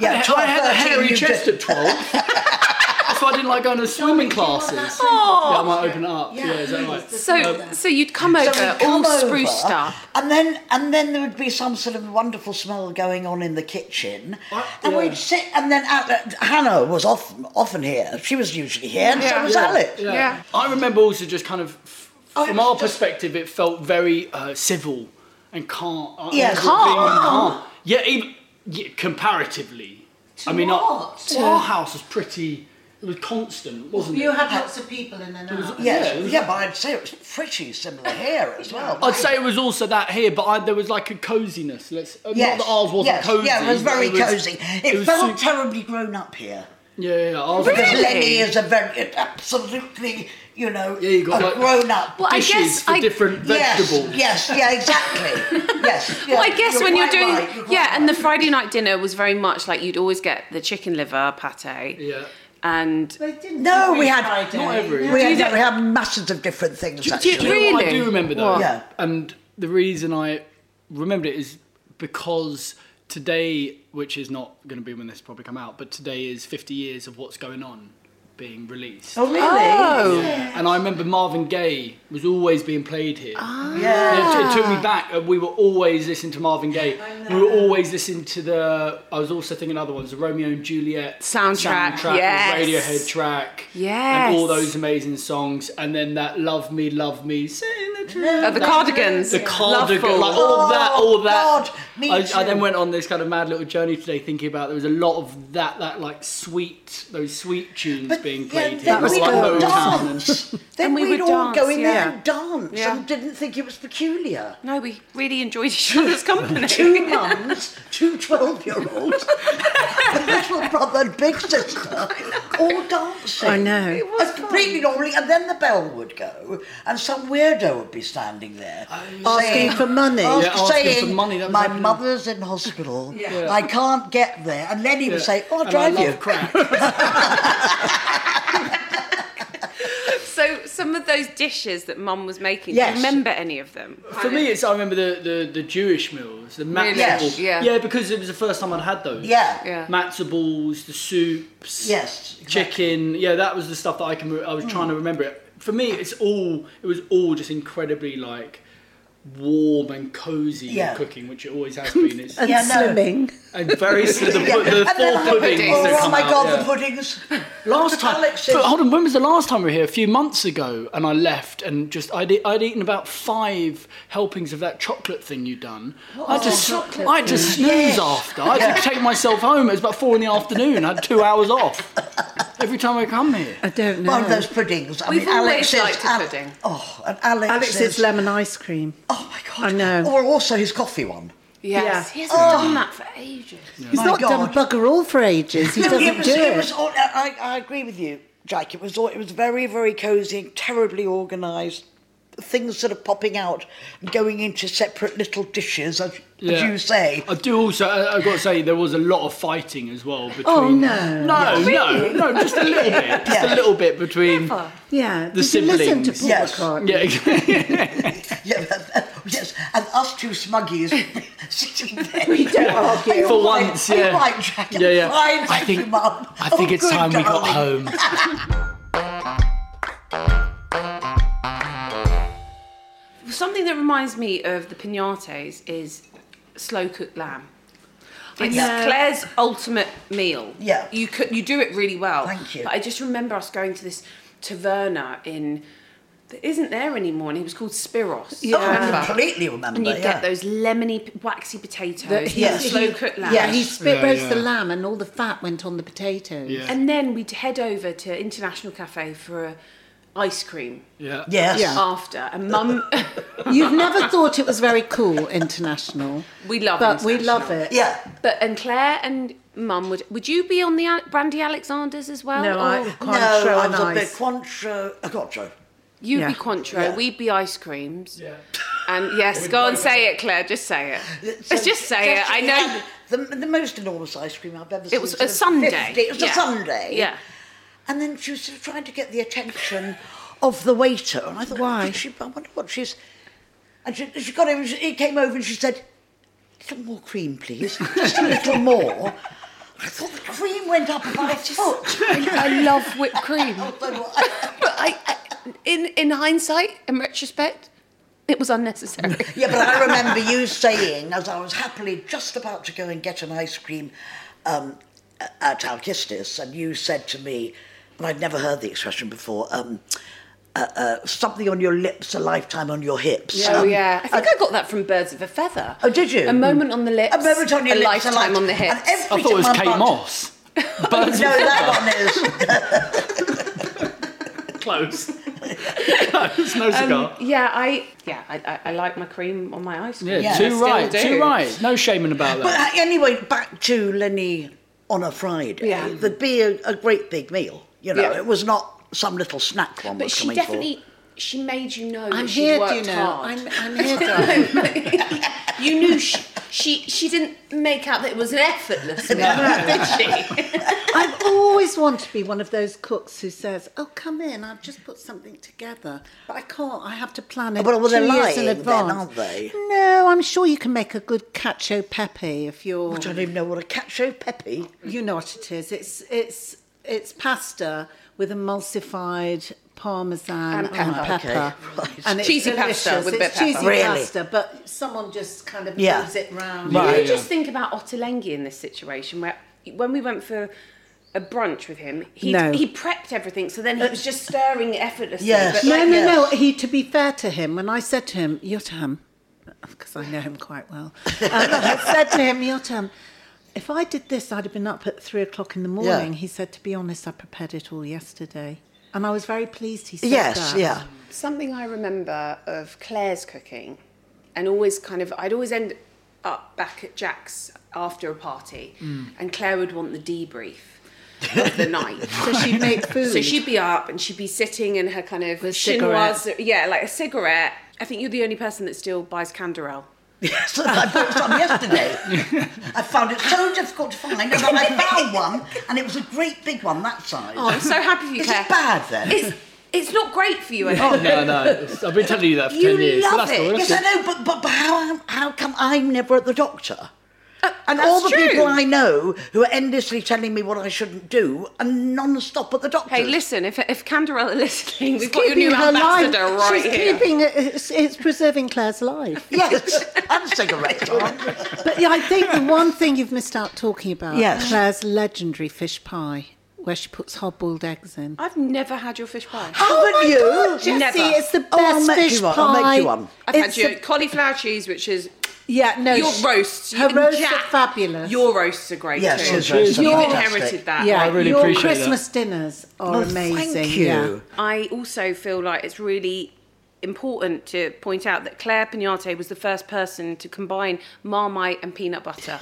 Speaker 3: Yeah,
Speaker 5: I had a
Speaker 3: 12, 13,
Speaker 5: hairy
Speaker 3: you
Speaker 5: chest
Speaker 3: did.
Speaker 5: at twelve. That's why I didn't like going to swimming classes. Yeah, I might open it up. Yeah, is that right? Um,
Speaker 1: So, so you'd come over
Speaker 3: So we'd
Speaker 1: all
Speaker 3: come over,
Speaker 1: spruced up.
Speaker 3: And then and then there would be some sort of wonderful smell going on in the kitchen. And
Speaker 5: Yeah.
Speaker 3: we'd sit and then uh, Hannah was often often here. She was usually here and so was Alex.
Speaker 1: Yeah.
Speaker 5: I remember also just kind of, f-
Speaker 3: Oh, it
Speaker 5: from
Speaker 3: was
Speaker 5: our
Speaker 3: just-
Speaker 5: perspective, it felt very uh, civil and calm. I
Speaker 3: Yeah,
Speaker 5: remember it
Speaker 3: calm.
Speaker 5: being calm. Yeah, even yeah, comparatively. I mean, Our,
Speaker 2: what?
Speaker 5: to our house was pretty. It was constant, wasn't
Speaker 2: you
Speaker 5: it?
Speaker 2: had lots of people in and out.
Speaker 3: Yes.
Speaker 5: Yeah.
Speaker 3: Yeah, but I'd say it was pretty similar here as well.
Speaker 5: I'd say it was also that here, but I, there was like a coziness. Let's uh,
Speaker 3: Yes,
Speaker 5: not that ours wasn't
Speaker 3: yes,
Speaker 5: cozy.
Speaker 3: Yeah, it was
Speaker 5: but
Speaker 3: very cosy. It,
Speaker 5: was
Speaker 3: felt
Speaker 5: su-
Speaker 3: terribly grown up here.
Speaker 5: yeah, yeah, yeah, ours
Speaker 3: Because
Speaker 5: was
Speaker 3: Lenny is a very absolutely, you know,
Speaker 5: Yeah, you got
Speaker 3: a
Speaker 5: like-
Speaker 3: grown up.
Speaker 1: Well, I
Speaker 5: dishes
Speaker 1: guess
Speaker 5: for
Speaker 1: I-
Speaker 5: different vegetables.
Speaker 3: Yes, yes, yeah, exactly.
Speaker 5: (laughs)
Speaker 3: yes. yeah,
Speaker 1: Well, I guess when you're
Speaker 3: quite
Speaker 1: doing
Speaker 3: right, you're quite
Speaker 1: yeah, and the
Speaker 3: right.
Speaker 1: Friday night dinner was very much like you'd always get the chicken liver pate,
Speaker 5: Yeah.
Speaker 1: and
Speaker 2: They didn't
Speaker 3: No,
Speaker 2: every
Speaker 3: we had-
Speaker 2: Friday.
Speaker 5: Not every.
Speaker 3: we had,
Speaker 1: you
Speaker 3: yeah,
Speaker 1: do-
Speaker 3: we had masses of different things.
Speaker 5: Do you,
Speaker 3: actually.
Speaker 5: do you know what I
Speaker 1: Really?
Speaker 5: do remember though?
Speaker 1: What?
Speaker 3: Yeah.
Speaker 5: And the reason I remembered it is because today, which is not going to be when this probably come out, but today is 50 years of what's going on being released.
Speaker 3: Oh, really?
Speaker 5: And I remember Marvin Gaye was always being played here.
Speaker 1: Ah.
Speaker 3: Yeah.
Speaker 5: It, it
Speaker 3: Ah.
Speaker 5: took me back. uh, We were always listening to Marvin Gaye. We were always listening to the. I was also thinking other ones, the Romeo and Juliet
Speaker 1: Soundtrack,
Speaker 5: soundtrack
Speaker 1: yes.
Speaker 5: the Radiohead track,
Speaker 1: Yes.
Speaker 5: and all those amazing songs. And then that "Love Me, Love Me," saying the truth.
Speaker 1: Uh, the cardigans,
Speaker 5: The cardigan,
Speaker 1: Loveful.
Speaker 5: like all that, all that.
Speaker 3: God, me
Speaker 5: I, I
Speaker 3: too.
Speaker 5: then went on this kind of mad little journey today, thinking about there was a lot of that, that like sweet, those sweet tunes
Speaker 3: But
Speaker 5: being
Speaker 3: then-
Speaker 5: played
Speaker 3: then
Speaker 5: here.
Speaker 3: we'd
Speaker 5: Like
Speaker 3: all
Speaker 5: Motown
Speaker 3: (laughs)
Speaker 5: and-
Speaker 3: dance. Then
Speaker 1: And we
Speaker 3: we would
Speaker 1: would
Speaker 3: all go
Speaker 1: dance,
Speaker 3: in
Speaker 1: yeah.
Speaker 3: there and dance
Speaker 1: Yeah.
Speaker 3: and didn't think it was peculiar.
Speaker 1: No, we really enjoyed each other's company.
Speaker 3: (laughs) Two mums, two 12 year olds, (laughs) a little brother and big sister, all dancing.
Speaker 2: I know. It
Speaker 3: And completely normally, and then the bell would go, and some weirdo would be standing there
Speaker 2: Asking for money.
Speaker 3: ask-
Speaker 5: Oh, Yeah, asking for
Speaker 3: saying,
Speaker 5: money, that was
Speaker 3: My
Speaker 5: happening."
Speaker 3: mother's in
Speaker 5: (laughs)
Speaker 3: hospital, I can't get there. And Lenny would say, Oh, I'll
Speaker 5: And I
Speaker 3: drive
Speaker 5: love
Speaker 3: you. (laughs)
Speaker 5: crack.
Speaker 1: so some of those dishes that Mum was making. Do
Speaker 3: Yes.
Speaker 1: you remember any of them?
Speaker 5: For me, it's I remember the, the, the Jewish meals, the matzah
Speaker 3: Yes,
Speaker 5: balls.
Speaker 1: yeah.
Speaker 5: because it was the first time I'd had those.
Speaker 3: Yeah.
Speaker 1: Yeah.
Speaker 5: Matzo balls, the soups.
Speaker 3: Yes, exactly. Hmm.
Speaker 5: Chicken. Yeah, that was the stuff that I can. Re- I was trying to remember it. for me, it's all it was all just incredibly like warm and cozy
Speaker 3: Yeah.
Speaker 5: cooking, which it always has been. It's,
Speaker 2: And
Speaker 3: Yeah, no.
Speaker 2: slimming.
Speaker 3: (laughs)
Speaker 5: and very s- the, pu-
Speaker 3: Yeah,
Speaker 5: the
Speaker 3: and then
Speaker 5: four puddings.
Speaker 3: Oh,
Speaker 5: that
Speaker 3: oh
Speaker 5: come
Speaker 3: my
Speaker 5: out,
Speaker 3: god,
Speaker 5: yeah.
Speaker 3: the puddings. Last
Speaker 5: time-
Speaker 3: Alex
Speaker 5: But
Speaker 3: is-
Speaker 5: hold on, when was the last time we were here? A few months ago, and I left and just I'd, e- I'd eaten about five helpings of that chocolate thing you'd done. I just I had to snooze after. I had to take myself home. It was about four in the afternoon. I had two hours off every time I come here.
Speaker 2: I don't know.
Speaker 3: One of those puddings. I
Speaker 1: We've
Speaker 3: mean,
Speaker 1: always
Speaker 3: Alex is,
Speaker 1: liked a
Speaker 3: Al-
Speaker 1: pudding.
Speaker 3: Oh, and Alex,
Speaker 2: Alex's
Speaker 3: is,
Speaker 2: lemon ice cream.
Speaker 3: Oh my
Speaker 2: I
Speaker 3: god.
Speaker 2: know.
Speaker 3: Or also his coffee one.
Speaker 1: Yes,
Speaker 2: Yeah.
Speaker 1: he hasn't
Speaker 3: Oh.
Speaker 1: done that for ages.
Speaker 2: He's
Speaker 3: My
Speaker 2: not
Speaker 3: God.
Speaker 2: done bugger all for ages. He doesn't
Speaker 3: (laughs) it was,
Speaker 2: do
Speaker 3: it
Speaker 2: it.
Speaker 3: was all, I, I agree with you, Jack. It was all, it was very very cozy, terribly organised. Things sort of popping out and going into separate little dishes, as, as
Speaker 5: Yeah.
Speaker 3: you
Speaker 5: (laughs)
Speaker 3: say. (laughs)
Speaker 5: I do also. I, I've got to say there was a lot of fighting as well between.
Speaker 2: Oh, no.
Speaker 5: No, no, no, just a little bit, just
Speaker 3: Yeah.
Speaker 5: a little bit between.
Speaker 2: yeah.
Speaker 5: The
Speaker 2: Did you listen to
Speaker 5: siblings.
Speaker 2: Paul
Speaker 3: Yes.
Speaker 2: McCartney?
Speaker 5: Yeah, (laughs) exactly.
Speaker 3: Yeah, but- uh, yes, and us two smuggies (laughs) sitting there.
Speaker 2: We don't argue.
Speaker 3: Are you
Speaker 5: For
Speaker 3: all
Speaker 5: once,
Speaker 3: right? Are you
Speaker 5: yeah.
Speaker 3: all right, Jack?
Speaker 5: Yeah, yeah.
Speaker 3: Fine,
Speaker 5: I
Speaker 3: thank
Speaker 5: think-
Speaker 3: you, Mum.
Speaker 5: I think
Speaker 3: Oh,
Speaker 5: it's
Speaker 3: good
Speaker 5: time we got
Speaker 3: darling.
Speaker 5: home.
Speaker 1: Something that reminds me of the pinatas is slow cooked lamb. It's
Speaker 3: know.
Speaker 1: Claire's ultimate meal.
Speaker 3: Yeah.
Speaker 1: you cook, you do it really well.
Speaker 3: Thank you.
Speaker 1: But I just remember us going to this taverna in that isn't there anymore, and it was called Spiros.
Speaker 3: Oh, I
Speaker 1: Remember?
Speaker 3: completely remember.
Speaker 1: And you
Speaker 3: yeah.
Speaker 1: get those lemony, waxy potatoes,
Speaker 2: That
Speaker 1: and
Speaker 2: he-
Speaker 3: Yes.
Speaker 1: the slow cooked lamb.
Speaker 3: Yes.
Speaker 2: Yeah, he spit
Speaker 5: Yeah,
Speaker 2: roast the
Speaker 5: yeah.
Speaker 2: lamb and all the fat went on the potatoes.
Speaker 5: Yeah.
Speaker 1: And then we'd head over to International Cafe for a ice cream
Speaker 5: Yeah.
Speaker 3: Yes.
Speaker 2: Yeah.
Speaker 1: after. And mum,
Speaker 2: (laughs) You've never thought it was very cool, international.
Speaker 1: we love
Speaker 2: But we
Speaker 1: International.
Speaker 2: love it.
Speaker 3: Yeah.
Speaker 1: But and Claire and Mum would would you be on the Al- Brandy Alexanders as well?
Speaker 2: No, I
Speaker 1: Or-
Speaker 2: can't
Speaker 3: Oh, No,
Speaker 2: show
Speaker 3: I
Speaker 2: an
Speaker 3: was a bit
Speaker 2: ice.
Speaker 3: Quantro. Uh, Quantro.
Speaker 1: you'd
Speaker 2: Yeah.
Speaker 1: be Cointreau,
Speaker 3: Yeah.
Speaker 1: we'd be ice creams. (laughs) And yes, go on, say it, Claire. Just say it.
Speaker 3: So
Speaker 1: Let's just say it. I
Speaker 3: we
Speaker 1: know
Speaker 3: had The, the most enormous ice cream I've ever seen.
Speaker 1: it was
Speaker 3: sort
Speaker 1: a
Speaker 3: of
Speaker 1: Sunday.
Speaker 3: 50 it was
Speaker 1: Yeah.
Speaker 3: a Sunday.
Speaker 1: Yeah.
Speaker 3: And then she was sort of trying to get the attention of the waiter. And I thought,
Speaker 2: Why?
Speaker 3: She, I wonder what she's. And she, she got him, and she, he came over and she said, a little more cream, please. Just
Speaker 1: (laughs)
Speaker 3: a little more. I thought the cream went up about a foot.
Speaker 1: (laughs) I love whipped
Speaker 3: (laughs)
Speaker 1: cream. But I, I in in hindsight, in retrospect, it was unnecessary.
Speaker 3: Yeah, but I remember you saying, as I was happily just about to go and get an ice cream um, at Alcistis, and you said to me, and I'd never heard the expression before, um, uh, uh, something on your lips, a lifetime on your hips.
Speaker 1: Oh
Speaker 3: Um,
Speaker 1: yeah, I think I got that from Birds of a Feather.
Speaker 3: Oh, did you?
Speaker 1: A moment on the lips,
Speaker 3: A moment on your
Speaker 1: a
Speaker 3: lips,
Speaker 1: lifetime
Speaker 3: a lifetime
Speaker 1: on the hips.
Speaker 3: And every
Speaker 5: I thought it was
Speaker 3: time I
Speaker 5: Kate
Speaker 3: bugged-
Speaker 5: (laughs) Moss. Birds
Speaker 3: No,
Speaker 5: of
Speaker 3: that one is.
Speaker 5: Close. (laughs) Close. No cigar.
Speaker 1: yeah, I yeah, I, I, I like my cream on my ice cream.
Speaker 5: yeah,
Speaker 3: yeah, I
Speaker 5: too
Speaker 1: still
Speaker 5: right,
Speaker 1: do.
Speaker 5: too right. No shaming about
Speaker 3: But
Speaker 5: that.
Speaker 3: uh, anyway, back to Lenny on a Friday.
Speaker 1: Yeah.
Speaker 3: There'd be a, a great big meal. You know,
Speaker 1: Yeah.
Speaker 3: it was not some little snack one
Speaker 1: But
Speaker 3: was
Speaker 1: she
Speaker 3: coming
Speaker 1: definitely
Speaker 3: for.
Speaker 1: she made you know
Speaker 2: I'm
Speaker 1: that she
Speaker 2: here, do
Speaker 1: worked
Speaker 2: you know?
Speaker 1: hard.
Speaker 2: I'm, I'm here,
Speaker 1: (laughs)
Speaker 2: darling.
Speaker 1: you knew she, she she didn't make out that it was an effortless meal, did she? (laughs)
Speaker 2: I've always wanted to be one of those cooks who says, "Oh, come in, I've just put something together," but I can't. I have to plan it
Speaker 3: Well, well, they're
Speaker 2: two years in
Speaker 3: lying then,
Speaker 2: advance,
Speaker 3: aren't they?
Speaker 2: No, I'm sure you can make a good cacio pepe if you're.
Speaker 3: I don't even know what a cacio pepe.
Speaker 2: You know what it is. It's it's it's pasta with emulsified parmesan
Speaker 1: And
Speaker 2: and pepper,
Speaker 1: pepper.
Speaker 3: Okay, right.
Speaker 2: and it's
Speaker 1: Cheesy pasta
Speaker 2: delicious.
Speaker 1: with a
Speaker 2: it's
Speaker 1: bit of pepper.
Speaker 2: cheesy
Speaker 3: Really?
Speaker 2: pasta, but someone just kind of
Speaker 3: Yeah.
Speaker 2: moves it round.
Speaker 5: Yeah,
Speaker 1: I
Speaker 5: yeah.
Speaker 1: just think about Ottolenghi in this situation where when we went for a brunch with him, he
Speaker 2: No.
Speaker 1: he prepped everything, so
Speaker 3: Uh,
Speaker 1: then he was just stirring it effortlessly.
Speaker 3: Yes.
Speaker 1: but
Speaker 2: No,
Speaker 1: like-
Speaker 2: no,
Speaker 3: Yes.
Speaker 2: no. He, to be fair to him, when I said to him, (laughs) Yotam, because I know him quite
Speaker 3: (laughs)
Speaker 2: well, um, I said to him, Yotam, if I did this, I'd have been up at three o'clock in the morning. He said, to be honest, I prepared it all yesterday. And I was very pleased he said
Speaker 3: Yes,
Speaker 2: that.
Speaker 3: yeah.
Speaker 1: Something I remember of Claire's cooking, and always kind of, I'd always end up back at Jack's after a party,
Speaker 2: Mm.
Speaker 1: and Claire would want the debrief of the night.
Speaker 2: (laughs) So she'd make food.
Speaker 1: So she'd be up and she'd be sitting in her kind of
Speaker 2: With a
Speaker 1: chinoise, yeah, like a cigarette. I think you're the only person that still buys Canderel.
Speaker 3: Yes, I bought some yesterday.
Speaker 1: (laughs)
Speaker 3: I found it so difficult to find, and then I found one, and it was a great big one that size.
Speaker 1: Oh, I'm so happy
Speaker 2: (laughs)
Speaker 1: for you,
Speaker 3: Is
Speaker 1: Claire.
Speaker 3: it bad then?
Speaker 1: It's, it's not great for you. I think.
Speaker 5: No, no. it's- I've been telling you that for
Speaker 1: You
Speaker 5: ten years.
Speaker 1: love
Speaker 5: that's
Speaker 1: it.
Speaker 5: all, that's
Speaker 3: yes, I know, but, but, but how, am- how come I'm never at the doctor? And
Speaker 1: Uh, That's
Speaker 3: all the
Speaker 1: true.
Speaker 3: people I know who are endlessly telling me what I shouldn't do and non-stop at the doctor's.
Speaker 1: Hey, listen, if, if Canderella listening, we've got your
Speaker 2: Oh. keeping
Speaker 1: new
Speaker 2: her life.
Speaker 1: ambassador right
Speaker 6: She's
Speaker 1: here.
Speaker 6: keeping it, it's, it's preserving
Speaker 3: (laughs)
Speaker 6: Claire's life.
Speaker 3: Yes, and
Speaker 1: (laughs)
Speaker 3: cigarettes. on.
Speaker 2: But yeah, I think the one thing you've missed out talking about
Speaker 6: Yes.
Speaker 2: Claire's legendary fish pie, where she puts hard-boiled eggs in.
Speaker 1: I've never had your fish pie.
Speaker 3: Haven't you?
Speaker 2: Jessie,
Speaker 1: Never.
Speaker 2: it's the best
Speaker 3: Oh, I'll make you
Speaker 2: fish
Speaker 3: one,
Speaker 2: pie.
Speaker 3: I'll make you one.
Speaker 1: I've had
Speaker 2: It's
Speaker 1: your
Speaker 2: the-
Speaker 1: cauliflower cheese, which is
Speaker 2: yeah, no,
Speaker 1: your
Speaker 2: sh-
Speaker 1: roasts.
Speaker 2: Her
Speaker 1: You-
Speaker 2: roasts
Speaker 1: Jack,
Speaker 2: are fabulous.
Speaker 1: Your roasts are great
Speaker 3: Yes,
Speaker 1: too.
Speaker 3: his roasts
Speaker 5: are
Speaker 1: You've
Speaker 3: fantastic.
Speaker 1: inherited that.
Speaker 2: yeah,
Speaker 5: Oh, I really
Speaker 2: your
Speaker 5: appreciate that.
Speaker 2: Christmas dinners are
Speaker 3: Oh,
Speaker 2: amazing.
Speaker 3: Thank
Speaker 2: Yeah.
Speaker 3: you.
Speaker 1: I also feel like it's really important to point out that Claire Pignate was the first person to combine Marmite and peanut
Speaker 3: (laughs)
Speaker 1: butter.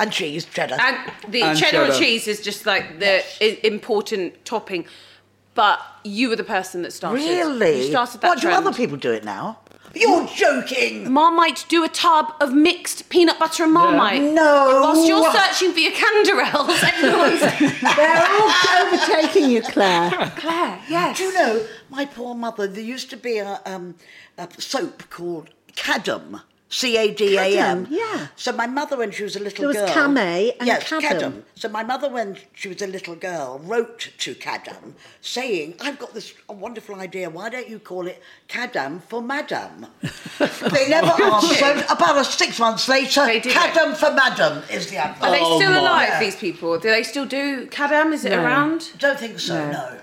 Speaker 3: And cheese, cheddar.
Speaker 1: and the
Speaker 5: And
Speaker 1: cheddar,
Speaker 5: cheddar.
Speaker 1: cheese is just like the i- important topping. But you were the person that started.
Speaker 3: really?
Speaker 1: You started that
Speaker 3: what
Speaker 1: trend.
Speaker 3: do other people do it now? You're joking.
Speaker 1: Marmite do a tub of mixed peanut butter and Marmite.
Speaker 3: No.
Speaker 1: Whilst you're searching for your canderels, (laughs) everyone's
Speaker 2: They're all overtaking you, Claire.
Speaker 1: Claire. Yes.
Speaker 3: Do you know, my poor mother, there used to be a, um, a soap called Cadam. C A D A M.
Speaker 2: Cadam, yeah.
Speaker 3: So my mother, when she was a little
Speaker 2: There was
Speaker 3: girl,
Speaker 2: Camay and
Speaker 3: yes,
Speaker 2: Cadam.
Speaker 3: So my mother, when she was a little girl, wrote to Cadam saying, "I've got this wonderful idea. Why don't you call it Cadam for Madam?" they never answered. About a six months later,
Speaker 1: They did it.
Speaker 3: Cadam for Madam is the advert.
Speaker 1: Are they still
Speaker 5: my.
Speaker 1: alive? These people? Do they still do Cadam? Is it
Speaker 2: No.
Speaker 1: around?
Speaker 3: Don't think so. No.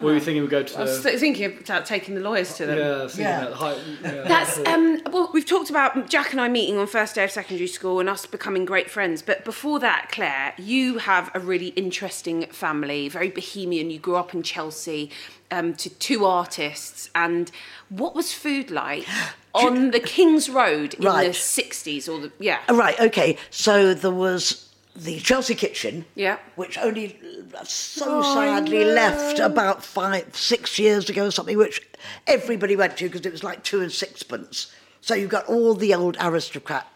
Speaker 5: What were you thinking? We go to
Speaker 1: I was
Speaker 5: the.
Speaker 1: th- thinking about taking the lawyers to them.
Speaker 5: Yeah, I was thinking
Speaker 3: Yeah.
Speaker 5: about the height. yeah.
Speaker 1: That's um. Well, we've talked about Jack and I meeting on first day of secondary school and us becoming great friends. But before that, Claire, you have a really interesting family, very bohemian. You grew up in Chelsea, um, to two artists. And what was food
Speaker 3: (gasps)
Speaker 1: like on the King's Road in the
Speaker 3: Right.
Speaker 1: sixties or the yeah?
Speaker 3: Right, okay. So there was the Chelsea kitchen.
Speaker 1: Yeah.
Speaker 3: Which only so sadly left about five, six years ago or something, which everybody went to because it was like two and sixpence. So you got all the old aristocrat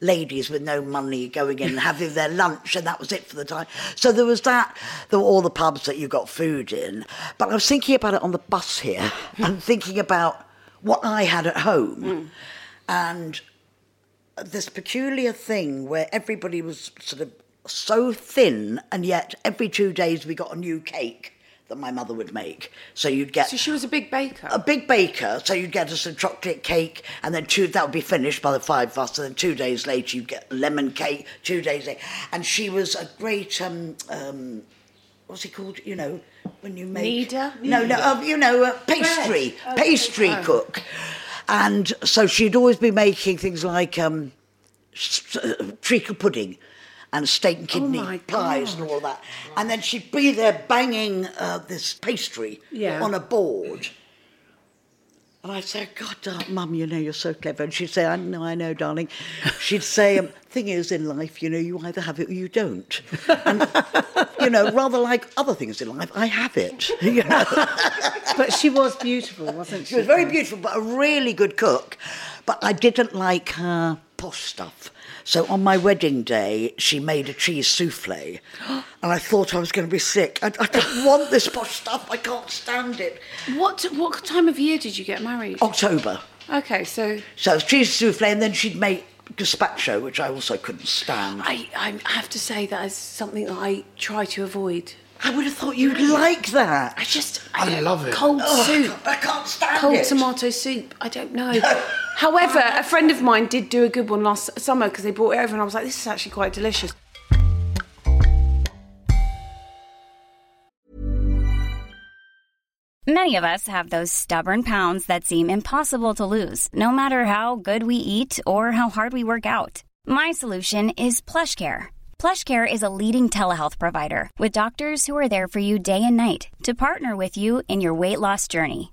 Speaker 3: ladies with no money going in and having their lunch and that was it for the time. So there was that, there were all the pubs that you got food in. But I was thinking about it on the bus here and thinking about what I had at home. And this peculiar thing where everybody was sort of so thin, and yet every two days we got a new cake that my mother would make. So you'd get
Speaker 1: So she was a big baker.
Speaker 3: a big baker, so you'd get us a chocolate cake, and then two that would be finished by the five of us, and then two days later you'd get lemon cake. Two days later, and she was a great um, um what's it called? You know, when you make
Speaker 1: Kneader?
Speaker 3: No, no, uh, you know, uh, pastry, pastry cook, and so she'd always be making things like um s- uh, treacle pudding. And steak and
Speaker 1: Oh
Speaker 3: kidney pies and all that. And then she'd be there banging uh, this pastry
Speaker 2: Yeah.
Speaker 3: on a board. And I'd say, God, darn, Mum, you know, you're so clever. And she'd say, I know, I know, darling. She'd say, um, thing is, in life, you know, you either have it or you don't. And, you know, rather like other things in life, I have it. (laughs) You know?
Speaker 2: But she was beautiful, wasn't she?
Speaker 3: She was very beautiful, but a really good cook. But I didn't like her posh stuff. So on my wedding day, she made a cheese souffle, (gasps) and I thought I was going to be sick. I, I (laughs) don't want this posh stuff. I can't stand it.
Speaker 1: What what time of year did you get married?
Speaker 3: October.
Speaker 1: Oh. Okay, so
Speaker 3: So it was cheese souffle, and then she'd make gazpacho, which I also couldn't stand. I,
Speaker 1: I, I have to say that is something that I try to avoid.
Speaker 3: would have thought you'd like that.
Speaker 1: I just
Speaker 5: I love it.
Speaker 1: Cold
Speaker 3: Oh,
Speaker 1: soup.
Speaker 3: I can't stand
Speaker 1: cold
Speaker 3: it.
Speaker 1: tomato soup. I don't know. However, a friend of mine did do a good one last summer because they brought it over, and I was like, "This is actually quite delicious."
Speaker 7: Many of us have those stubborn pounds that seem impossible to lose, no matter how good we eat or how hard we work out. My solution is PlushCare. PlushCare is a leading telehealth provider with doctors who are there for you day and night to partner with you in your weight loss journey.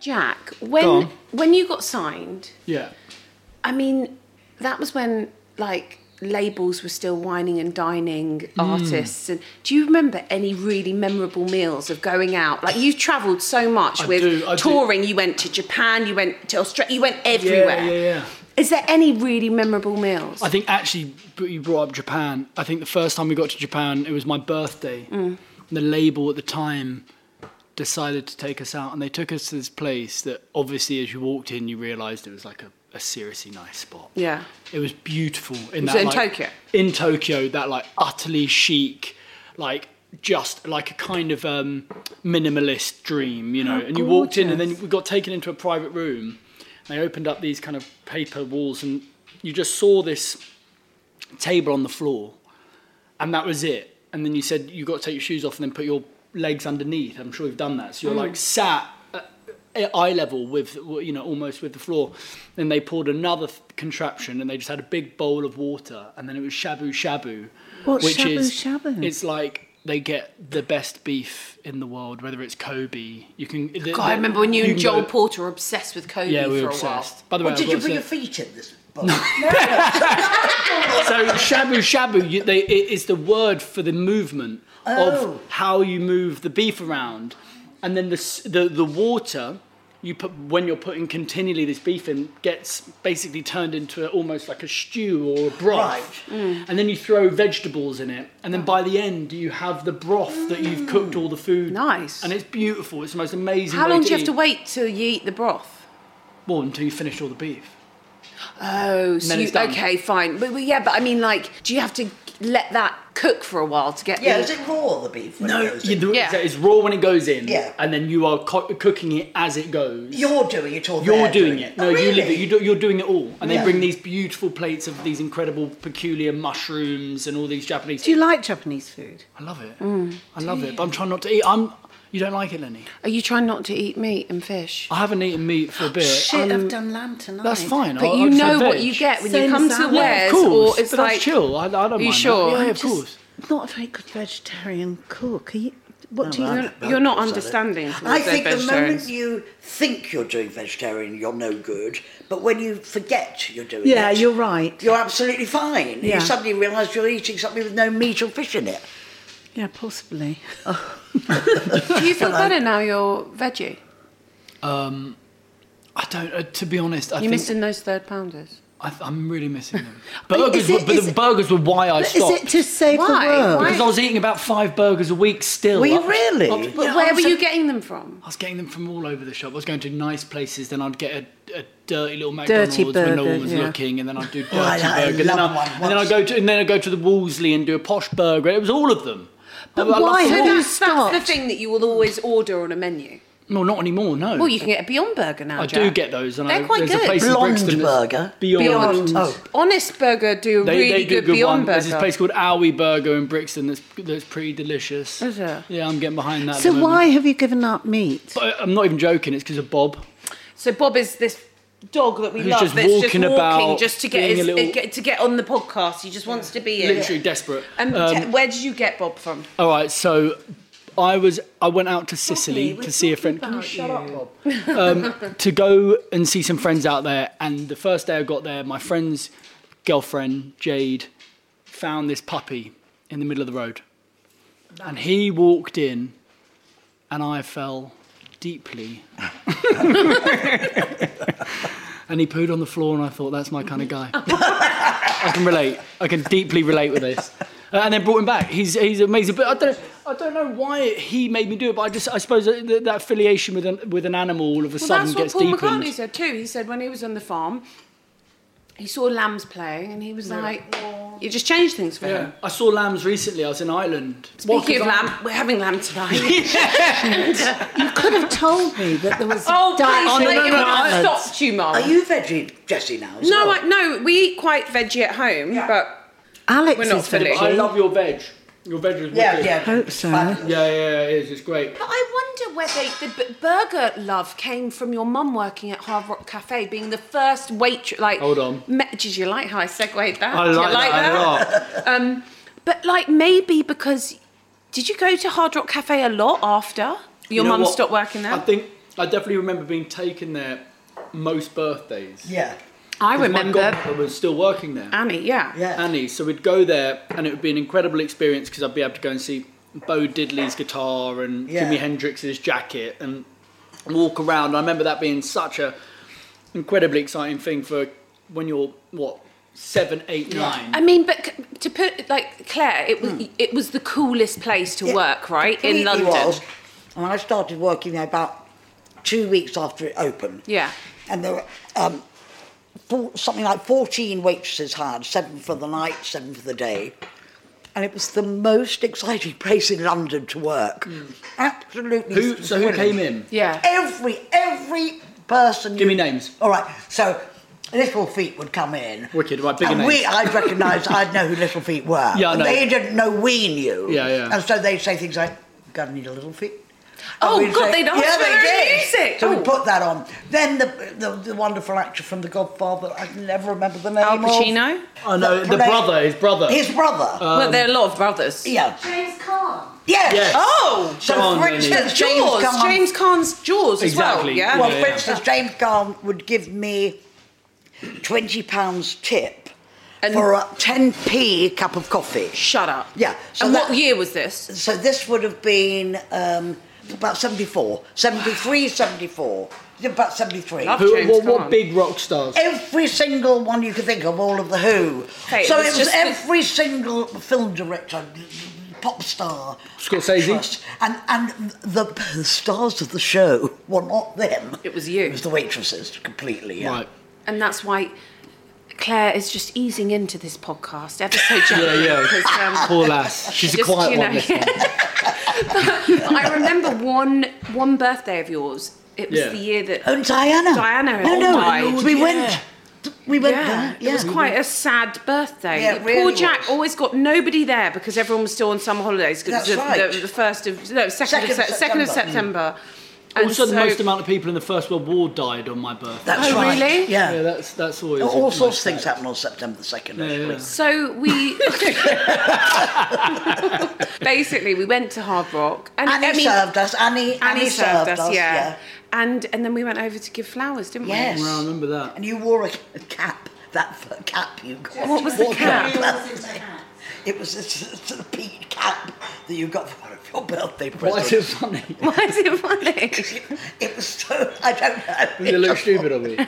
Speaker 1: Jack,
Speaker 5: Go
Speaker 1: when
Speaker 5: on.
Speaker 1: when you got signed,
Speaker 5: Yeah.
Speaker 1: I mean, that was when like labels were still whining and dining
Speaker 5: Mm.
Speaker 1: artists. And do you remember any really memorable meals of going out? Like you travelled so much
Speaker 5: I
Speaker 1: with
Speaker 5: do, I do.
Speaker 1: touring. You went to Japan. You went to Australia. You went everywhere.
Speaker 5: Yeah, yeah, yeah.
Speaker 1: Is there any really memorable meals?
Speaker 5: I think actually, but you brought up Japan. I think the first time we got to Japan, it was my birthday. And the label at the time decided to take us out, and they took us to this place that obviously, as you walked in, you realised it was like a, a seriously nice spot.
Speaker 1: Yeah.
Speaker 5: It was beautiful. In,
Speaker 1: Was
Speaker 5: that,
Speaker 1: it in
Speaker 5: like-
Speaker 1: Tokyo?
Speaker 5: In Tokyo, that like utterly chic, like just like a kind of um, minimalist dream, you know. and you walked in, and then we got taken into a private room. They opened up these kind of paper walls, and you just saw this table on the floor, and that was it. And then you said you got to take your shoes off and then put your legs underneath. I'm sure you've done that. So you're
Speaker 1: Mm.
Speaker 5: like sat at at eye level with you know almost with the floor. Then they poured another th- contraption and they just had a big bowl of water and then it was shabu shabu,
Speaker 2: What's
Speaker 5: which
Speaker 2: shabu
Speaker 5: is
Speaker 2: shabu?
Speaker 5: it's like they get the best beef in the world, whether it's Kobe. You can. the-
Speaker 1: God, I
Speaker 5: the-
Speaker 1: remember when you, and
Speaker 5: can
Speaker 1: Joel
Speaker 5: go-
Speaker 1: Porter were obsessed with Kobe
Speaker 5: Yeah,
Speaker 1: for
Speaker 5: we were
Speaker 1: a
Speaker 5: obsessed.
Speaker 1: while.
Speaker 5: By the way,
Speaker 3: Well,
Speaker 5: I've
Speaker 3: did you
Speaker 5: got to
Speaker 3: put your
Speaker 5: say-
Speaker 3: feet in this bowl? No.
Speaker 5: So shabu shabu, you, they, it is the word for the movement
Speaker 3: Oh.
Speaker 5: of how you move the beef around, and then the s- the, the water you put when you're putting continually this beef in gets basically turned into a, almost like a stew or a broth,
Speaker 1: Mm.
Speaker 5: and then you throw vegetables in it, and then by the end you have the broth that
Speaker 3: Mm.
Speaker 5: you've cooked all the food.
Speaker 1: Nice.
Speaker 5: And it's beautiful. It's the most amazing.
Speaker 1: How
Speaker 5: way
Speaker 1: long
Speaker 5: to
Speaker 1: do you have
Speaker 5: eat.
Speaker 1: to wait till you eat the broth?
Speaker 5: Well, until you finish all the beef.
Speaker 1: Oh, so
Speaker 5: then
Speaker 1: you,
Speaker 5: it's done.
Speaker 1: okay, fine. But, but yeah, but I mean, like, do you have to let that cook for a while to get
Speaker 3: Yeah,
Speaker 1: the-
Speaker 3: is it raw, the beef? when it
Speaker 5: No,
Speaker 3: goes
Speaker 5: you
Speaker 3: in?
Speaker 5: do it-
Speaker 1: Yeah.
Speaker 5: so it's raw when it goes in,
Speaker 3: Yeah.
Speaker 5: and then you are co- cooking it as it goes.
Speaker 3: You're doing it all.
Speaker 5: You're doing it. No,
Speaker 3: oh, really?
Speaker 5: you live it. You do, you're doing it all, and they
Speaker 3: Yeah.
Speaker 5: bring these beautiful plates of these incredible, peculiar mushrooms and all these Japanese.
Speaker 6: Do you like Japanese food?
Speaker 5: I love it. I love it. But I'm trying not to eat. I'm. You don't like it, Lenny.
Speaker 1: Are you trying not to eat meat and fish?
Speaker 5: I haven't eaten meat for a bit.
Speaker 6: Shit, I've done lamb tonight.
Speaker 5: Um, That's fine.
Speaker 1: But
Speaker 5: I'll-
Speaker 1: you
Speaker 5: I'll just
Speaker 1: know
Speaker 5: have
Speaker 1: what
Speaker 5: veg.
Speaker 1: you get when
Speaker 6: Same
Speaker 1: you come to
Speaker 6: salad.
Speaker 5: Of
Speaker 1: Wes,
Speaker 5: course,
Speaker 1: or it's
Speaker 5: but
Speaker 1: like
Speaker 5: that's chill. I, I don't.
Speaker 1: Are you
Speaker 5: mind that.
Speaker 1: sure?
Speaker 5: Yeah,
Speaker 1: I'm
Speaker 5: of
Speaker 6: Just
Speaker 5: course.
Speaker 6: Not a very good vegetarian cook. Are you, what do you?
Speaker 3: Well,
Speaker 1: You're,
Speaker 3: that
Speaker 1: you're not
Speaker 3: looks at it.
Speaker 1: understanding.
Speaker 3: I
Speaker 1: towards
Speaker 3: think
Speaker 1: those
Speaker 3: the
Speaker 1: vegetarians.
Speaker 3: moment you think you're doing vegetarian, you're no good. But when you forget you're doing
Speaker 6: Yeah,
Speaker 3: it,
Speaker 6: you're right.
Speaker 3: You're absolutely fine. You
Speaker 6: Yeah.
Speaker 3: suddenly realise you're eating something with no meat or fish in it.
Speaker 6: Yeah, possibly.
Speaker 1: do you feel
Speaker 5: (laughs)
Speaker 1: better now you're veggie?
Speaker 5: I don't. Uh, to be honest, I
Speaker 1: You're
Speaker 5: think
Speaker 1: missing those third pounders.
Speaker 5: I, I'm really missing them. Burgers,
Speaker 6: is it-
Speaker 5: were, but
Speaker 6: is
Speaker 5: the
Speaker 6: it-
Speaker 5: burgers were why I
Speaker 6: Is
Speaker 5: stopped.
Speaker 6: it to save
Speaker 1: Why?
Speaker 6: the world?
Speaker 1: Why?
Speaker 5: because I was eating about five burgers a week still.
Speaker 3: Were you
Speaker 5: I-
Speaker 3: really?
Speaker 5: I-
Speaker 3: But
Speaker 5: Yeah, I
Speaker 1: Where were
Speaker 5: was-
Speaker 1: you getting them from?
Speaker 5: I was getting them from all over the shop. I was going to nice places, then I'd get a, a dirty little McDonald's
Speaker 6: Dirty
Speaker 5: when no
Speaker 6: burger,
Speaker 5: one was
Speaker 6: yeah.
Speaker 5: looking, and then I'd do dirty
Speaker 3: Oh, I know, I
Speaker 5: burger, and then,
Speaker 3: love
Speaker 5: I,
Speaker 3: one
Speaker 5: and then I
Speaker 3: once.
Speaker 5: go to and then I go to the Wolseley and do a posh burger. It was all of them. I-
Speaker 6: But
Speaker 5: I love
Speaker 6: why
Speaker 5: them
Speaker 6: have
Speaker 5: all.
Speaker 6: you
Speaker 1: That's, that's the
Speaker 6: stopped?
Speaker 1: thing that you will always order on a menu.
Speaker 5: Well, not anymore. No.
Speaker 1: Well, you can get a Beyond Burger now.
Speaker 5: I
Speaker 1: Jack.
Speaker 5: do get those, and
Speaker 1: They're
Speaker 5: I,
Speaker 1: quite
Speaker 5: there's
Speaker 1: good.
Speaker 5: A place in
Speaker 3: Blonde
Speaker 5: Brixton that's
Speaker 3: burger?
Speaker 5: Beyond.
Speaker 1: Beyond.
Speaker 3: Oh.
Speaker 1: Honest Burger do a
Speaker 5: They,
Speaker 1: really
Speaker 5: they do
Speaker 1: good,
Speaker 5: good,
Speaker 1: Beyond
Speaker 5: one.
Speaker 1: Burger.
Speaker 5: There's this place called Owie Burger in Brixton that's that's pretty delicious.
Speaker 1: Is it?
Speaker 5: Yeah, I'm getting behind that. at
Speaker 6: So
Speaker 5: the
Speaker 6: why
Speaker 5: moment.
Speaker 6: have you given up meat?
Speaker 5: But I'm not even joking. It's because of Bob.
Speaker 1: So Bob is this dog that we
Speaker 5: Who's
Speaker 1: love
Speaker 5: just
Speaker 1: that's just
Speaker 5: walking
Speaker 1: walking
Speaker 5: about,
Speaker 1: just to get,
Speaker 5: being a
Speaker 1: his,
Speaker 5: little-
Speaker 1: get to get on the podcast. He just wants to be in.
Speaker 5: Literally desperate.
Speaker 1: And
Speaker 5: Um,
Speaker 1: t- where did you get Bob from?
Speaker 5: All right, so I was I went out to Sicily
Speaker 6: we're
Speaker 5: to see a
Speaker 6: talking
Speaker 5: friend. Can you
Speaker 6: about
Speaker 5: shut
Speaker 6: you.
Speaker 5: up, Bob? (laughs) Um, to go and see some friends out there, and the first day I got there, my friend's girlfriend Jade found this puppy in the middle of the road, and he walked in, and I fell deeply. (laughs) and he pooed on the floor, and I thought, "That's my kind of guy." I can relate. I can deeply relate with this. Uh, and then brought him back. He's he's amazing. But I don't I don't know why he made me do it. But I just I suppose that, that affiliation with an with an animal all of a
Speaker 1: Well,
Speaker 5: sudden
Speaker 1: that's what
Speaker 5: gets
Speaker 1: Paul
Speaker 5: deepened.
Speaker 1: McCartney said too. He said when he was on the farm, he saw lambs playing and he was like, "You just changed things for
Speaker 5: Yeah.
Speaker 1: him."
Speaker 5: I saw lambs recently. I was in Ireland.
Speaker 1: Speaking of
Speaker 5: What-
Speaker 1: lamb, we're having lamb
Speaker 5: (laughs)
Speaker 1: tonight.
Speaker 2: You could have told me that there was
Speaker 1: oh,
Speaker 2: dirt
Speaker 1: please,
Speaker 2: on
Speaker 1: no,
Speaker 2: the
Speaker 1: no,
Speaker 2: carpet.
Speaker 1: stopped you, Mum.
Speaker 3: Are you veggie, Jessie, now? as
Speaker 1: No,
Speaker 3: well?
Speaker 1: I, no, we eat quite veggie at home, but
Speaker 2: Alex
Speaker 1: We're not
Speaker 2: is veggie.
Speaker 1: finished.
Speaker 5: I love your veg. Your veg is
Speaker 3: Yeah,
Speaker 5: wicked.
Speaker 3: yeah.
Speaker 2: Hope so.
Speaker 3: Fabulous.
Speaker 5: Yeah, yeah, it is. It's great.
Speaker 1: But I wonder whether the b- burger love came from your mum working at Hard Rock Cafe, being the first waitress. Like,
Speaker 5: Hold on.
Speaker 1: Me- did you like how I segued that?
Speaker 5: I
Speaker 1: Did you
Speaker 5: like, that, a lot.
Speaker 1: Um, but like maybe because did you go to Hard Rock Cafe a lot after your
Speaker 5: You know
Speaker 1: mum
Speaker 5: what?
Speaker 1: stopped working there?
Speaker 5: I think I definitely remember being taken there most birthdays.
Speaker 3: Yeah.
Speaker 1: I
Speaker 5: 'Cause
Speaker 1: remember Ah.
Speaker 5: My godmother was still working there.
Speaker 1: Annie. Yeah.
Speaker 3: Yeah.
Speaker 5: Annie. So we'd go there, and it would be an incredible experience because I'd be able to go and see Bo Diddley's guitar and
Speaker 3: Yeah.
Speaker 5: Jimi Hendrix's jacket and walk around. I remember that being such a incredibly exciting thing for when you're what seven, eight, nine.
Speaker 1: I mean, but c- to put like Claire, it was it was the coolest place to
Speaker 3: It
Speaker 1: work, right, in
Speaker 3: Hmm. completely
Speaker 1: London.
Speaker 3: was. And I started working there about two weeks after it opened.
Speaker 1: Yeah.
Speaker 3: And there were um, four, something like 14 waitresses hired, seven for the night, seven for the day. And it was the most exciting (laughs) place in London to work. Absolutely.
Speaker 5: Hmm. Who? So who
Speaker 3: thrilling.
Speaker 5: came in?
Speaker 1: Yeah.
Speaker 3: Every, every person.
Speaker 5: Give me
Speaker 3: you-
Speaker 5: names.
Speaker 3: All right. So Little Feet would come in.
Speaker 5: Wicked, right, bigger
Speaker 3: and
Speaker 5: names.
Speaker 3: we, I'd
Speaker 5: (laughs)
Speaker 3: recognise, I'd know who Little Feet were.
Speaker 5: Yeah, I
Speaker 3: And
Speaker 5: know.
Speaker 3: They didn't know we knew.
Speaker 5: Yeah, yeah.
Speaker 3: And so they'd say things like, "Gotta need a little feet."
Speaker 1: Oh,
Speaker 3: And we'd
Speaker 1: God, they'd ask
Speaker 3: yeah,
Speaker 1: for
Speaker 3: they
Speaker 1: their
Speaker 3: did.
Speaker 1: music.
Speaker 3: So
Speaker 1: Oh.
Speaker 3: we put that on. Then the, the the wonderful actor from The Godfather, I can never remember the name.
Speaker 1: Al
Speaker 3: of.
Speaker 1: Pacino?
Speaker 5: Oh, no, the brother, his brother. Uh,
Speaker 3: His brother.
Speaker 1: well, there are a lot of brothers.
Speaker 3: yeah.
Speaker 6: James Caan.
Speaker 3: Yes.
Speaker 5: Yes.
Speaker 1: Oh,
Speaker 3: So
Speaker 5: Come on,
Speaker 3: for
Speaker 5: Lenny.
Speaker 3: instance, James
Speaker 1: Jaws, James,
Speaker 3: Caan-
Speaker 1: Caan's Jaws as
Speaker 5: Exactly,
Speaker 1: well. Yeah.
Speaker 3: Well,
Speaker 5: Yeah,
Speaker 3: for
Speaker 5: yeah.
Speaker 3: instance, James Garn would give me twenty pounds tip
Speaker 1: And-
Speaker 3: for a ten p cup of coffee.
Speaker 1: Shut up.
Speaker 3: Yeah, so
Speaker 1: and
Speaker 3: that-
Speaker 1: what year was this?
Speaker 3: So this would have been um, about 74, 73, 74, about 73.
Speaker 1: Lovely.
Speaker 5: Who,
Speaker 1: James
Speaker 5: what, what
Speaker 1: Caan.
Speaker 5: big rock stars?
Speaker 3: Every single one you could think of, all of the Who.
Speaker 1: Okay,
Speaker 3: so
Speaker 1: it was
Speaker 3: it was,
Speaker 1: just the-
Speaker 3: every single film director, pop star,
Speaker 5: Scorsese?
Speaker 3: actress, and and the the stars of the show were not them.
Speaker 1: It was you.
Speaker 3: It was the waitresses completely. Yeah.
Speaker 5: Right.
Speaker 1: And that's why Claire is just easing into this podcast ever so gently.
Speaker 5: Yeah, yeah.
Speaker 1: because, um,
Speaker 5: (laughs)
Speaker 6: (laughs)
Speaker 5: Poor lass. She's a
Speaker 1: Just,
Speaker 5: quiet
Speaker 1: you know.
Speaker 5: one. This one.
Speaker 1: (laughs) I remember one one birthday of yours. It was
Speaker 5: Yeah.
Speaker 1: the year that
Speaker 3: Oh, Diana.
Speaker 1: Diana.
Speaker 3: No,
Speaker 1: oh
Speaker 3: no.
Speaker 1: my.
Speaker 3: We went. We went
Speaker 1: Yeah,
Speaker 3: there. Yeah.
Speaker 1: it was quite a sad birthday.
Speaker 3: Yeah, it
Speaker 1: Poor
Speaker 3: really
Speaker 1: Jack
Speaker 3: was.
Speaker 1: always got nobody there because everyone was still on summer holidays. Because
Speaker 3: That's
Speaker 1: the,
Speaker 3: right.
Speaker 1: the, the first of no, second,
Speaker 3: Second
Speaker 1: of,
Speaker 3: of
Speaker 1: se- second of September.
Speaker 3: September.
Speaker 1: And
Speaker 5: also, the
Speaker 1: so-
Speaker 5: most amount of people in the First World War died on my birthday.
Speaker 3: That's
Speaker 1: Oh,
Speaker 3: right.
Speaker 1: really?
Speaker 3: Yeah.
Speaker 5: yeah, that's that's always
Speaker 3: All
Speaker 5: my
Speaker 3: sorts of
Speaker 5: sad.
Speaker 3: things happen on September the 2nd,
Speaker 5: yeah,
Speaker 3: actually.
Speaker 5: yeah.
Speaker 1: So we (laughs) basically we went to Hard Rock, and
Speaker 3: Annie
Speaker 1: I mean,
Speaker 3: served us. Annie,
Speaker 1: Annie, served, us, yeah.
Speaker 3: yeah.
Speaker 1: And and then we went over to give flowers, didn't (laughs)
Speaker 3: Yes.
Speaker 5: I remember that.
Speaker 3: And you wore a a cap, that fur cap you got.
Speaker 1: What was the cap?
Speaker 3: It was this sort of peat cap that you got for one of your birthday
Speaker 5: Why is it
Speaker 3: presents.
Speaker 5: funny?
Speaker 1: we? Why is it funny?
Speaker 3: (laughs) It was so, I don't know.
Speaker 5: Does it
Speaker 3: (laughs)
Speaker 5: look stupid of me?
Speaker 3: No,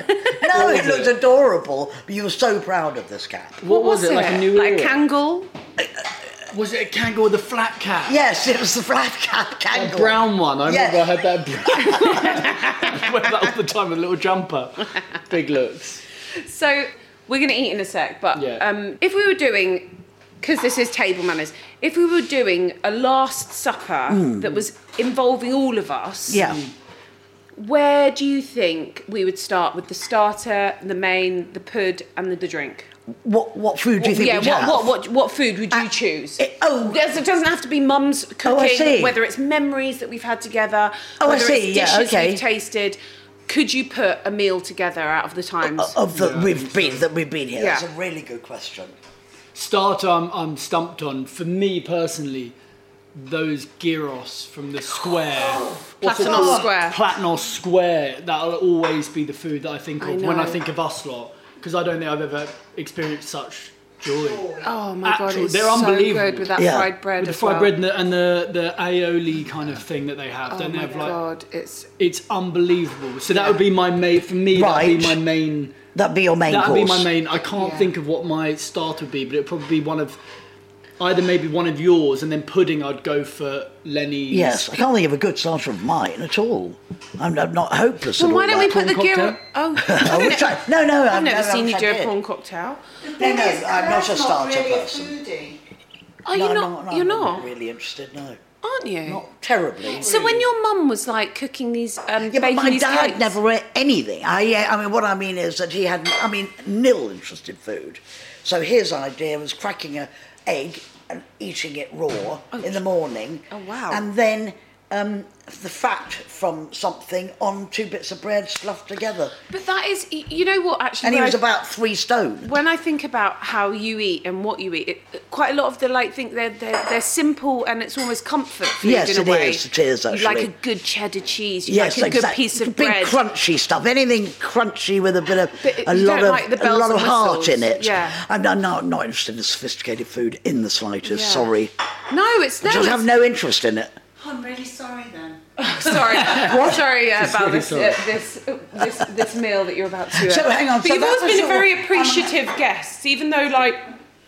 Speaker 3: it
Speaker 5: was
Speaker 3: looked
Speaker 5: it?
Speaker 3: adorable, but you were so proud of this cap.
Speaker 5: What was it? Like a new
Speaker 1: like
Speaker 5: era?
Speaker 1: Kangle?
Speaker 5: Was it a kangaroo with a flat cap?
Speaker 3: Yes, it was the flat (laughs) cap
Speaker 5: A
Speaker 3: kangle.
Speaker 5: brown one. I
Speaker 3: Yeah.
Speaker 5: remember I had that. Brown. (laughs) I wear that all the time with a little jumper. Big looks.
Speaker 1: So we're going to eat in a sec, but
Speaker 5: Yeah.
Speaker 1: um, if we were doing, because this is table manners, if we were doing a Last Supper that was involving all of us,
Speaker 3: Hmm. Yeah.
Speaker 1: where do you think we would start with the starter, the main, the pud, and the, the drink?
Speaker 3: What, what food do you think
Speaker 1: yeah,
Speaker 3: we'd
Speaker 1: what,
Speaker 3: have?
Speaker 1: what, what, what food would you
Speaker 3: Uh,
Speaker 1: choose?
Speaker 3: it- oh.
Speaker 1: There's, it doesn't have to be mum's cooking,
Speaker 3: Oh, I see.
Speaker 1: whether it's memories that we've had together,
Speaker 3: Oh, I
Speaker 1: whether
Speaker 3: see,
Speaker 1: it's
Speaker 3: yeah,
Speaker 1: dishes
Speaker 3: okay.
Speaker 1: we've tasted. Could you put a meal together out of the
Speaker 3: Oh,
Speaker 1: times?
Speaker 3: Of the, we've been, that we've been here.
Speaker 1: Yeah.
Speaker 3: That's a really good question.
Speaker 5: Starter, I'm, I'm stumped on. For me personally, those gyros from
Speaker 1: (gasps)
Speaker 5: the square. What's it
Speaker 1: Platanos
Speaker 5: called?
Speaker 1: Square.
Speaker 5: Platanos Square. That'll always be the food that I think of when
Speaker 1: know.
Speaker 5: I think of us lot. Because I don't think I've ever experienced such joy.
Speaker 1: Oh my god,
Speaker 5: Actual-
Speaker 1: it's
Speaker 5: they're
Speaker 1: so
Speaker 5: unbelievable.
Speaker 1: good with that
Speaker 3: Yeah.
Speaker 1: fried bread.
Speaker 5: With the
Speaker 1: as
Speaker 5: fried
Speaker 1: well.
Speaker 5: bread and the, and the, the aioli kind of thing that they have.
Speaker 1: Oh
Speaker 5: don't they
Speaker 1: my
Speaker 5: have like
Speaker 1: god, it's
Speaker 5: it's unbelievable. So that would be my main for me. That would be my
Speaker 3: Right.
Speaker 5: main.
Speaker 3: That'd be your main
Speaker 5: That would
Speaker 3: course.
Speaker 5: be my main. I can't
Speaker 1: Yeah.
Speaker 5: think of what my start would be, but it'd probably be one of either maybe one of yours, and then pudding. I'd go for Lenny's.
Speaker 3: Yes, I can't think of a good starter of mine at all. I'm, I'm not hopeless.
Speaker 6: Well,
Speaker 3: at
Speaker 6: why
Speaker 3: all
Speaker 6: don't we
Speaker 3: that.
Speaker 6: put the
Speaker 5: Corn
Speaker 6: gear?
Speaker 3: (laughs)
Speaker 6: Oh, I
Speaker 3: we
Speaker 6: don't
Speaker 3: try-
Speaker 6: know.
Speaker 3: no, no,
Speaker 6: I've
Speaker 3: I've
Speaker 6: never
Speaker 3: never
Speaker 6: seen you do
Speaker 3: actually
Speaker 6: a prawn
Speaker 3: did.
Speaker 6: cocktail.
Speaker 3: No, no, I'm not a starter person.
Speaker 6: Are
Speaker 3: No,
Speaker 6: you
Speaker 3: I'm
Speaker 6: not?
Speaker 3: no,
Speaker 6: you're
Speaker 3: I'm
Speaker 6: not,
Speaker 3: really interested. No,
Speaker 6: aren't you?
Speaker 3: not terribly.
Speaker 6: Oh. so when your mum was like cooking these, um,
Speaker 3: Yeah, but
Speaker 6: baking
Speaker 3: my
Speaker 6: these
Speaker 3: dad
Speaker 6: cakes-
Speaker 3: never ate anything. I, yeah, I mean, what I mean is that he had, I mean, nil interest in food. So his idea was cracking a egg and eating it raw in the morning.
Speaker 6: Oh, wow.
Speaker 3: And then um, the fat from something on two bits of bread stuffed together.
Speaker 6: But that is, y- you know what? Actually,
Speaker 3: And he
Speaker 6: when
Speaker 3: was
Speaker 6: I-
Speaker 3: about three stone.
Speaker 6: when I think about how you eat and what you eat, it, quite a lot of the like think they're they're, they're simple and it's almost comfort food
Speaker 3: Yes,
Speaker 6: in a
Speaker 3: it
Speaker 6: way.
Speaker 3: is, it is,
Speaker 6: You like a
Speaker 3: actually.
Speaker 6: good cheddar cheese. You
Speaker 3: Yes,
Speaker 6: like a
Speaker 3: exact-
Speaker 6: good piece of
Speaker 3: big
Speaker 6: bread.
Speaker 3: crunchy stuff. Anything crunchy with a bit of
Speaker 6: But it-
Speaker 3: a
Speaker 6: you
Speaker 3: lot
Speaker 6: don't
Speaker 3: of
Speaker 6: like
Speaker 3: a
Speaker 6: the bells
Speaker 3: lot
Speaker 6: and
Speaker 3: of heart
Speaker 6: whistles,
Speaker 3: in it.
Speaker 6: yeah.
Speaker 3: I'm, I'm not, not interested in sophisticated food in the slightest.
Speaker 6: Yeah.
Speaker 3: Sorry,
Speaker 6: No, it's no.
Speaker 3: just
Speaker 6: it's-
Speaker 3: have no interest in it.
Speaker 2: I'm really sorry then.
Speaker 3: (laughs)
Speaker 6: Sorry, sorry uh, about this,
Speaker 5: sorry.
Speaker 6: uh, this, uh, this this meal that you're about to. Uh,
Speaker 3: So, hang on,
Speaker 6: But
Speaker 3: so
Speaker 6: you've
Speaker 3: that
Speaker 6: always
Speaker 3: was
Speaker 6: been a
Speaker 3: all-
Speaker 6: very appreciative guest, even though like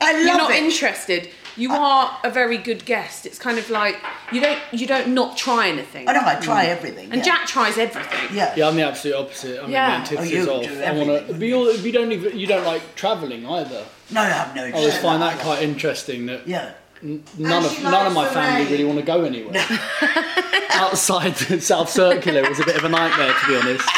Speaker 3: I
Speaker 6: you're
Speaker 3: love
Speaker 6: not
Speaker 3: it.
Speaker 6: interested. You are a very good guest. It's kind of like you don't you don't not try anything.
Speaker 3: I know I try everything.
Speaker 6: and
Speaker 3: yeah.
Speaker 6: Jack tries everything.
Speaker 3: yeah.
Speaker 5: Yeah, I'm the absolute opposite. I'm
Speaker 6: Yeah.
Speaker 5: yeah. the
Speaker 3: Oh, you
Speaker 5: antithesis
Speaker 3: do
Speaker 5: of. I want to.
Speaker 3: everything.
Speaker 5: But you, you don't even. You don't like travelling either.
Speaker 3: No, I have no
Speaker 5: I
Speaker 3: interest.
Speaker 5: always
Speaker 3: in
Speaker 5: find
Speaker 3: that
Speaker 5: that quite interesting. That
Speaker 3: Yeah.
Speaker 5: n- none
Speaker 2: she
Speaker 5: of none of
Speaker 2: likes
Speaker 5: my
Speaker 2: the
Speaker 5: family
Speaker 2: rain.
Speaker 5: really want to go anywhere.
Speaker 3: (laughs)
Speaker 5: Outside the South Circular was a bit of a nightmare, to be honest.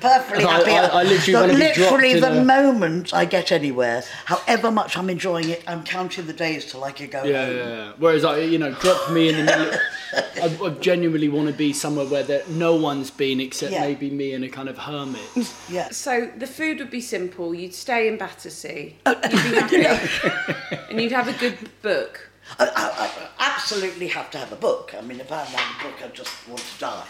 Speaker 3: Perfectly
Speaker 5: I-
Speaker 3: happy.
Speaker 5: I- I literally
Speaker 3: But
Speaker 5: wanna be dropped
Speaker 3: literally
Speaker 5: in
Speaker 3: the
Speaker 5: a-
Speaker 3: moment I get anywhere, however much I'm enjoying it, I'm counting the days till I could go
Speaker 5: Yeah,
Speaker 3: home.
Speaker 5: yeah, yeah. Whereas I, you know, drop me in the middle.
Speaker 3: (laughs)
Speaker 5: I, I genuinely want to be somewhere where there, no one's been except
Speaker 3: Yeah.
Speaker 5: maybe me and a kind of
Speaker 3: (laughs)
Speaker 5: hermit.
Speaker 3: Yeah.
Speaker 6: So the food would be simple. You'd stay in Battersea.
Speaker 5: Uh, (laughs)
Speaker 6: You'd be happy, and you'd have a good book.
Speaker 3: I, I, I absolutely have to have a book. I mean, if I haven't had a book, I just want to die.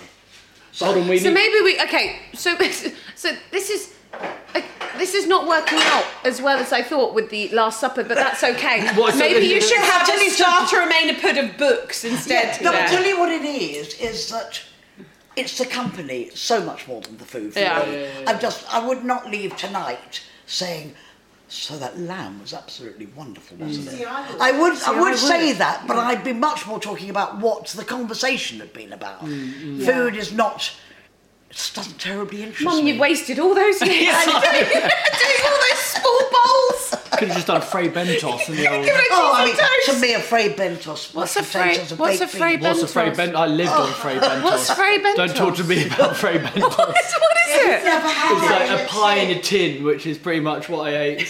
Speaker 5: Hold on, we
Speaker 6: So
Speaker 5: need.
Speaker 6: maybe we okay. So (laughs) so this is uh, this is not working out as well as I thought with the Last Supper, but that's okay.
Speaker 5: (laughs) What, so-
Speaker 6: maybe you should have
Speaker 3: Tell
Speaker 6: a
Speaker 3: me
Speaker 6: starter remain a pud of books
Speaker 3: Yeah,
Speaker 6: instead.
Speaker 3: no,
Speaker 6: there.
Speaker 3: I'll tell you what it is, is that it's the company so much more than the food for
Speaker 6: Yeah.
Speaker 3: me. I'm just, I would not leave tonight saying, so that lamb was absolutely wonderful, wasn't it? Mm. I would, I Mm. would, say that, but I'd be much more talking about what the conversation had been about.
Speaker 6: Mm,
Speaker 3: Food is not, it just doesn't terribly interest
Speaker 6: Mum,
Speaker 3: me.
Speaker 6: you've wasted
Speaker 5: (laughs)
Speaker 6: all those (laughs) years doing, doing all those small bowls.
Speaker 5: Could have just done Frey Bentos
Speaker 6: (laughs)
Speaker 5: and the old.
Speaker 6: Give it
Speaker 3: Oh,
Speaker 6: cheese
Speaker 3: I
Speaker 6: on
Speaker 3: mean, to
Speaker 6: toast.
Speaker 3: me, a Frey Bentos,
Speaker 6: What's
Speaker 3: mashed
Speaker 6: a Frey-
Speaker 3: potatoes, and
Speaker 6: what's
Speaker 3: baked
Speaker 6: a Frey
Speaker 3: beans.
Speaker 5: What's a Frey
Speaker 6: Bentos?
Speaker 5: Bentos? I lived on Frey Bentos.
Speaker 6: (laughs) What's Frey
Speaker 5: Don't talk
Speaker 6: Bentos? (laughs)
Speaker 5: to me about Frey Bentos.
Speaker 6: What is, what is it?
Speaker 5: uh,
Speaker 3: Never had
Speaker 5: It's
Speaker 3: that.
Speaker 5: like a pie in a tin, which is pretty much what I ate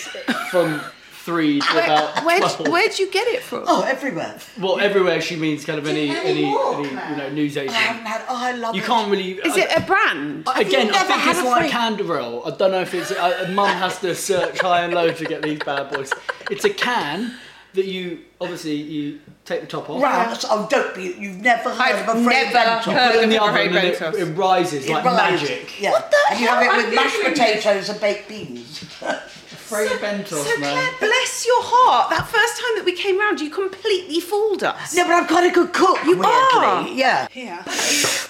Speaker 5: from three to about
Speaker 6: Where,
Speaker 5: twelve.
Speaker 6: where'd, where'd you get it from?
Speaker 3: Oh, everywhere.
Speaker 5: Well, everywhere she means kind of any any, any you know news
Speaker 3: I haven't
Speaker 5: agent.
Speaker 3: had, oh, I love
Speaker 5: You
Speaker 3: it.
Speaker 5: can't really.
Speaker 6: Is
Speaker 5: I-
Speaker 6: it a brand?
Speaker 5: Again, I
Speaker 3: never
Speaker 5: think
Speaker 3: had
Speaker 5: it's
Speaker 3: a free-
Speaker 5: like Canderel. I don't know if it's. Uh, Mum has to search high and low to get these bad boys. It's a can that you obviously you take the top off.
Speaker 3: Rams, oh, don't be, you've never heard
Speaker 6: I've
Speaker 3: of a Frey
Speaker 6: never
Speaker 3: Bentos.
Speaker 6: heard
Speaker 5: Put it in the
Speaker 6: Frey
Speaker 5: oven and it,
Speaker 6: Bentos.
Speaker 5: it rises like
Speaker 3: Right.
Speaker 5: magic.
Speaker 3: Yeah.
Speaker 6: What the
Speaker 3: and you
Speaker 6: hell
Speaker 3: have
Speaker 6: am
Speaker 3: it
Speaker 6: I
Speaker 3: with mashed
Speaker 6: doing?
Speaker 3: potatoes and baked beans.
Speaker 5: Free Bentos,
Speaker 6: So Claire,
Speaker 5: man.
Speaker 6: bless your heart. That first time that we came round, you completely fooled
Speaker 3: (laughs)
Speaker 6: us.
Speaker 3: no, but I'm quite a good cook. You weirdly.
Speaker 6: are.
Speaker 3: Yeah. (laughs)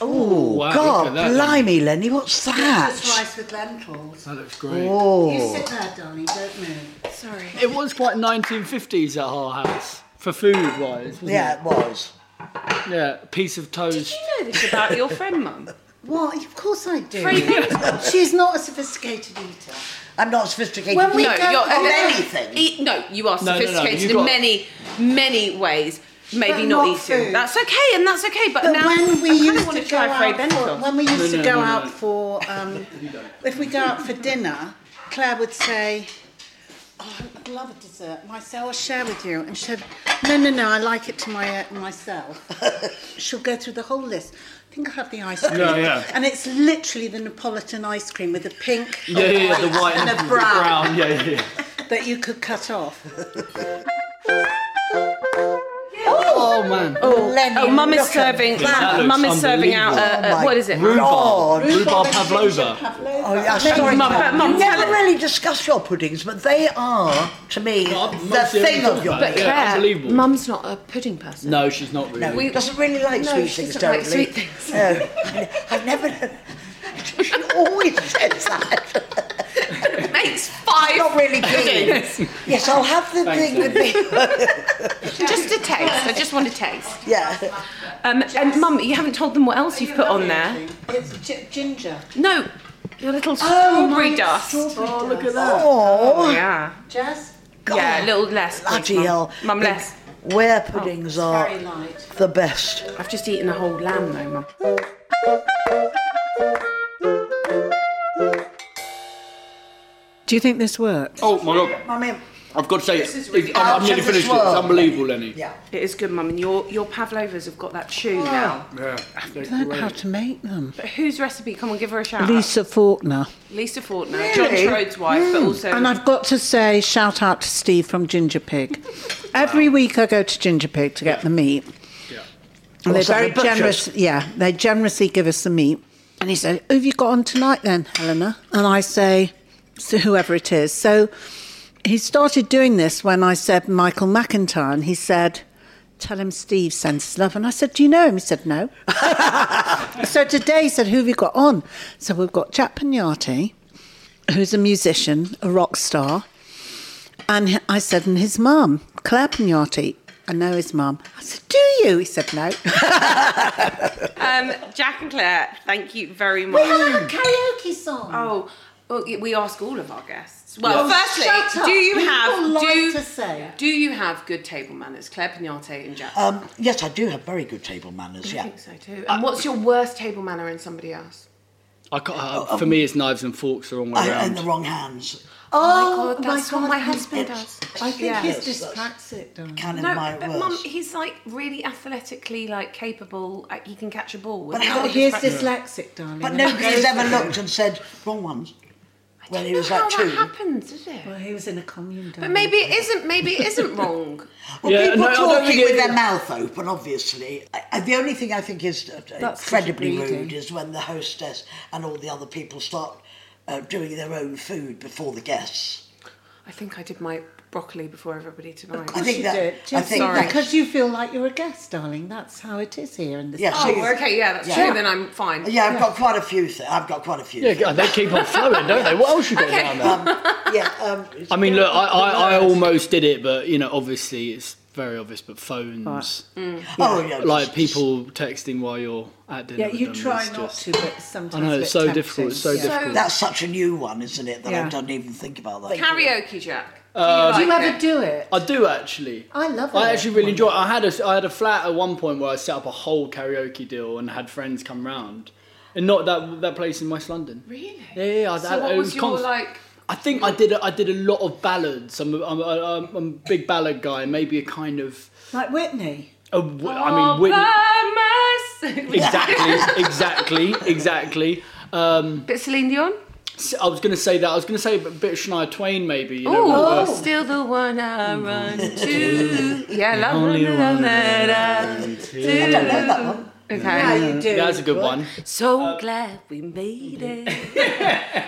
Speaker 5: Oh, wow, look
Speaker 3: God,
Speaker 5: at that then.
Speaker 3: blimey, Lenny, what's
Speaker 2: Just
Speaker 3: that? Oh.
Speaker 2: rice with lentils.
Speaker 5: That looks great.
Speaker 2: You sit there, darling, don't move.
Speaker 6: Sorry.
Speaker 5: It was quite 1950s at our house for food wise. Wasn't
Speaker 3: Yeah, it was.
Speaker 5: It? Yeah. Piece of toast.
Speaker 6: You know this about your friend, (laughs) Mum.
Speaker 2: What? Of course I do.
Speaker 6: Frey
Speaker 2: She's not a sophisticated eater.
Speaker 3: I'm not sophisticated
Speaker 2: When we
Speaker 3: on
Speaker 2: No, go- you're-
Speaker 3: anything.
Speaker 6: E- no, you are
Speaker 5: No, no, no,
Speaker 6: sophisticated
Speaker 5: you got-
Speaker 6: in many, many ways. Maybe
Speaker 2: But
Speaker 6: not,
Speaker 2: not
Speaker 6: eating.
Speaker 2: food.
Speaker 6: That's okay, and that's okay. But,
Speaker 2: But
Speaker 6: now
Speaker 2: when we
Speaker 6: I kind of
Speaker 2: used
Speaker 6: want
Speaker 2: to
Speaker 6: to
Speaker 2: go
Speaker 6: try Frey
Speaker 2: out
Speaker 6: Bentos.
Speaker 2: for, when we used
Speaker 5: No,
Speaker 2: to
Speaker 5: no,
Speaker 2: go
Speaker 5: no,
Speaker 2: out
Speaker 5: no.
Speaker 2: for,
Speaker 5: (laughs)
Speaker 2: um, if we go out for dinner, Claire would say, oh, "I'd love a dessert myself. I'll share with you." And she'd, "No, no, no, I like it to my uh, myself." (laughs) She'll go through the whole list. I think I'll have the ice cream.
Speaker 5: Yeah, yeah.
Speaker 2: And it's literally the Neapolitan ice cream with a pink
Speaker 5: Yeah, yeah, yeah, the white
Speaker 2: and
Speaker 5: and
Speaker 2: a
Speaker 5: the
Speaker 2: brown
Speaker 5: brown. Yeah, yeah.
Speaker 2: that you could cut off.
Speaker 5: Oh man.
Speaker 3: Lenny,
Speaker 6: Oh, Mum is
Speaker 3: look at
Speaker 6: serving.
Speaker 3: that.
Speaker 5: looks
Speaker 6: Mum is serving out.
Speaker 3: unbelievable.
Speaker 6: Uh,
Speaker 3: Oh
Speaker 6: uh,
Speaker 3: my
Speaker 6: what is it?
Speaker 5: Rhubarb.
Speaker 3: God.
Speaker 5: Rhubarb
Speaker 2: Ginger
Speaker 5: pavlova.
Speaker 2: pavlova.
Speaker 3: Oh, yeah, sorry,
Speaker 6: Mum, but Mum,
Speaker 3: you
Speaker 6: tell
Speaker 3: never
Speaker 6: it.
Speaker 3: really discuss your puddings, but they are, to me, the thing of your
Speaker 6: But
Speaker 5: Yeah,
Speaker 6: Claire,
Speaker 5: unbelievable.
Speaker 6: Mum's not a pudding person.
Speaker 5: No, she's not really.
Speaker 3: He doesn't really like
Speaker 6: No,
Speaker 3: sweet
Speaker 6: she
Speaker 3: things,
Speaker 6: doesn't
Speaker 3: don't
Speaker 6: like
Speaker 3: he?
Speaker 6: sweet (laughs) things.
Speaker 3: No, I've never. She always says that.
Speaker 6: Makes five.
Speaker 3: Not really keen. Yes, I'll have the thing with me.
Speaker 6: Just a taste. I just want a taste.
Speaker 3: Yeah.
Speaker 6: Um, and mum, you haven't told them what else you've put on there.
Speaker 8: It's gi- ginger.
Speaker 6: No, your little strawberry dust.
Speaker 8: Oh, look at that.
Speaker 3: Oh,
Speaker 6: Yeah.
Speaker 8: Jazz,
Speaker 6: Yeah, a little less. please,
Speaker 3: bloody
Speaker 6: Mum.
Speaker 3: hell.
Speaker 6: Mum,
Speaker 3: The
Speaker 6: less.
Speaker 3: Where
Speaker 6: Oh,
Speaker 3: puddings are
Speaker 8: very light.
Speaker 3: the best.
Speaker 6: I've just eaten a whole lamb though, Mum.
Speaker 2: Do you think this worked?
Speaker 5: Oh my god.
Speaker 3: I mean,
Speaker 5: I've got to say, it. I'm, I'm
Speaker 3: Out
Speaker 5: nearly
Speaker 3: of this
Speaker 5: finished it. It's
Speaker 3: world.
Speaker 5: unbelievable, Lenny.
Speaker 3: yeah.
Speaker 6: It is good, Mum, and your, your pavlovas have got that chew now.
Speaker 5: Yeah.
Speaker 2: I don't know how to make them.
Speaker 6: But whose recipe? Come on, give her a shout
Speaker 2: Lisa Faulkner.
Speaker 6: out. Lisa Fortner, John Trode's wife, but also
Speaker 2: And I've got to say, shout out to Steve from
Speaker 8: (laughs)
Speaker 2: Ginger Pig. Every week I go to Ginger Pig to get the meat.
Speaker 5: Yeah.
Speaker 2: And they're
Speaker 3: Also
Speaker 2: very
Speaker 3: the butchers.
Speaker 2: generous. Yeah, they generously give us the meat. And he said, Who have you got on tonight then, Helena? And I say, so Whoever it is. So he started doing this when I said Michael McIntyre. And he said, Tell him Steve sends his love. And I said, Do you know him? He said,
Speaker 3: (laughs)
Speaker 2: No. so today he said, Who have you got on? So we've got Jack Pignati, who's a musician, a rock star. And h- I said, and his mum, Claire Pignati. I know his mum. I said, do you? He said, no. (laughs)
Speaker 6: um, Jack and Claire. Thank you very much.
Speaker 2: Mm.
Speaker 8: karaoke song.
Speaker 6: Oh, well, y- we ask all of our guests. Well,
Speaker 8: shut
Speaker 6: firstly,
Speaker 8: up.
Speaker 6: do you
Speaker 8: People
Speaker 6: have
Speaker 8: like
Speaker 6: do,
Speaker 8: to say.
Speaker 6: do you have good table manners, Claire Pignate and Jack?
Speaker 3: Um, yes, I do have very good table manners.
Speaker 6: I
Speaker 3: Yeah.
Speaker 6: think so too. And what's your worst table manner in somebody else?
Speaker 5: I can't, uh, for me, it's knives and forks the wrong way
Speaker 3: I, in
Speaker 5: around.
Speaker 3: the wrong hands.
Speaker 6: Oh, my God, that's what my
Speaker 2: I-
Speaker 6: husband does.
Speaker 2: I think
Speaker 6: Yeah.
Speaker 2: he's
Speaker 3: Yes, that's-
Speaker 2: dyspraxic, darling.
Speaker 3: Kind of
Speaker 6: No,
Speaker 3: my
Speaker 6: but
Speaker 3: worst.
Speaker 6: mum, he's like really athletically like capable. Like, he can catch a ball.
Speaker 3: But
Speaker 6: Isn't
Speaker 3: how-
Speaker 6: that
Speaker 2: He is
Speaker 6: what he's practicing?
Speaker 2: dyslexic, darling.
Speaker 3: but
Speaker 6: (laughs)
Speaker 3: nobody's ever looked and said wrong ones.
Speaker 6: I
Speaker 3: (laughs) when
Speaker 6: don't
Speaker 3: he
Speaker 6: know
Speaker 3: was
Speaker 6: how
Speaker 3: like
Speaker 6: that
Speaker 3: two.
Speaker 6: happens, is it?
Speaker 2: Well, he was in a commune, darling.
Speaker 6: But maybe it isn't. Maybe it
Speaker 3: (laughs)
Speaker 6: isn't wrong.
Speaker 3: Well,
Speaker 5: Yeah,
Speaker 3: people
Speaker 5: no, I don't
Speaker 3: talking
Speaker 5: think
Speaker 3: with
Speaker 5: it-
Speaker 3: their mouth open, obviously. I, I, the only thing I think is uh,
Speaker 2: That's
Speaker 3: incredibly
Speaker 2: such a
Speaker 3: rude
Speaker 2: greedy.
Speaker 3: is when the hostess and all the other people start uh, doing their own food before the guests.
Speaker 6: I think I did my broccoli before everybody tonight.
Speaker 3: I think
Speaker 2: You
Speaker 3: that.
Speaker 2: do it
Speaker 3: I
Speaker 2: just
Speaker 3: think
Speaker 6: Sorry.
Speaker 3: that's-
Speaker 2: because you feel like you're a guest, darling. That's how it is here in this.
Speaker 3: Yeah, so
Speaker 6: Oh,
Speaker 3: you-
Speaker 6: well, okay, yeah, that's
Speaker 3: Yeah.
Speaker 6: true. Then I'm fine.
Speaker 3: Uh, Yeah, I've got quite a few. Th- I've got quite a few.
Speaker 5: Yeah,
Speaker 3: things.
Speaker 5: God, they keep on flowing, don't they? What else you got down there?
Speaker 3: (laughs) yeah. Um,
Speaker 5: I mean, look, I, I, I almost did it, but you know, obviously it's very obvious. But phones,
Speaker 3: oh yeah,
Speaker 5: like people texting while you're at dinner.
Speaker 2: Yeah,
Speaker 5: with
Speaker 2: you
Speaker 5: them,
Speaker 2: try
Speaker 5: it's
Speaker 2: not
Speaker 5: just-
Speaker 2: to, but sometimes
Speaker 5: I know
Speaker 2: a
Speaker 5: it's
Speaker 2: bit
Speaker 5: so
Speaker 2: tempting.
Speaker 5: difficult. It's so
Speaker 2: Yeah.
Speaker 5: difficult.
Speaker 3: That's such a new one, isn't it? That I
Speaker 2: Yeah.
Speaker 3: don't even think about that.
Speaker 6: Karaoke, Jack.
Speaker 2: Do you
Speaker 6: like
Speaker 2: ever
Speaker 6: it?
Speaker 2: do it?
Speaker 5: I do actually.
Speaker 2: I love
Speaker 5: I
Speaker 2: it.
Speaker 5: actually really enjoy. It. I had a I had a flat at one point where I set up a whole karaoke deal and had friends come round, and not that that place in West London.
Speaker 6: Really?
Speaker 5: Yeah, yeah, yeah, I-
Speaker 6: so
Speaker 5: I-
Speaker 6: what
Speaker 5: it
Speaker 6: was,
Speaker 5: was
Speaker 6: your
Speaker 5: const-
Speaker 6: like?
Speaker 5: I think I did. A, I did a lot of ballads. I'm a, I'm, a, I'm a big ballad guy. Maybe a kind of.
Speaker 2: Like Whitney.
Speaker 5: A, w- I
Speaker 6: Oh,
Speaker 5: mean, Whitney. (laughs)
Speaker 6: All by myself.
Speaker 5: Exactly, exactly, exactly. Um,
Speaker 6: Bit Celine Dion.
Speaker 5: s- I was going to say that. I was going to say a bit of Shania Twain, maybe. You know, uh,
Speaker 6: Oh,
Speaker 5: with the-
Speaker 6: still the one I run
Speaker 5: (laughs)
Speaker 6: to. Yeah, love only one that I do. Okay.
Speaker 2: you do.
Speaker 5: that's a good one.
Speaker 6: So glad we made it.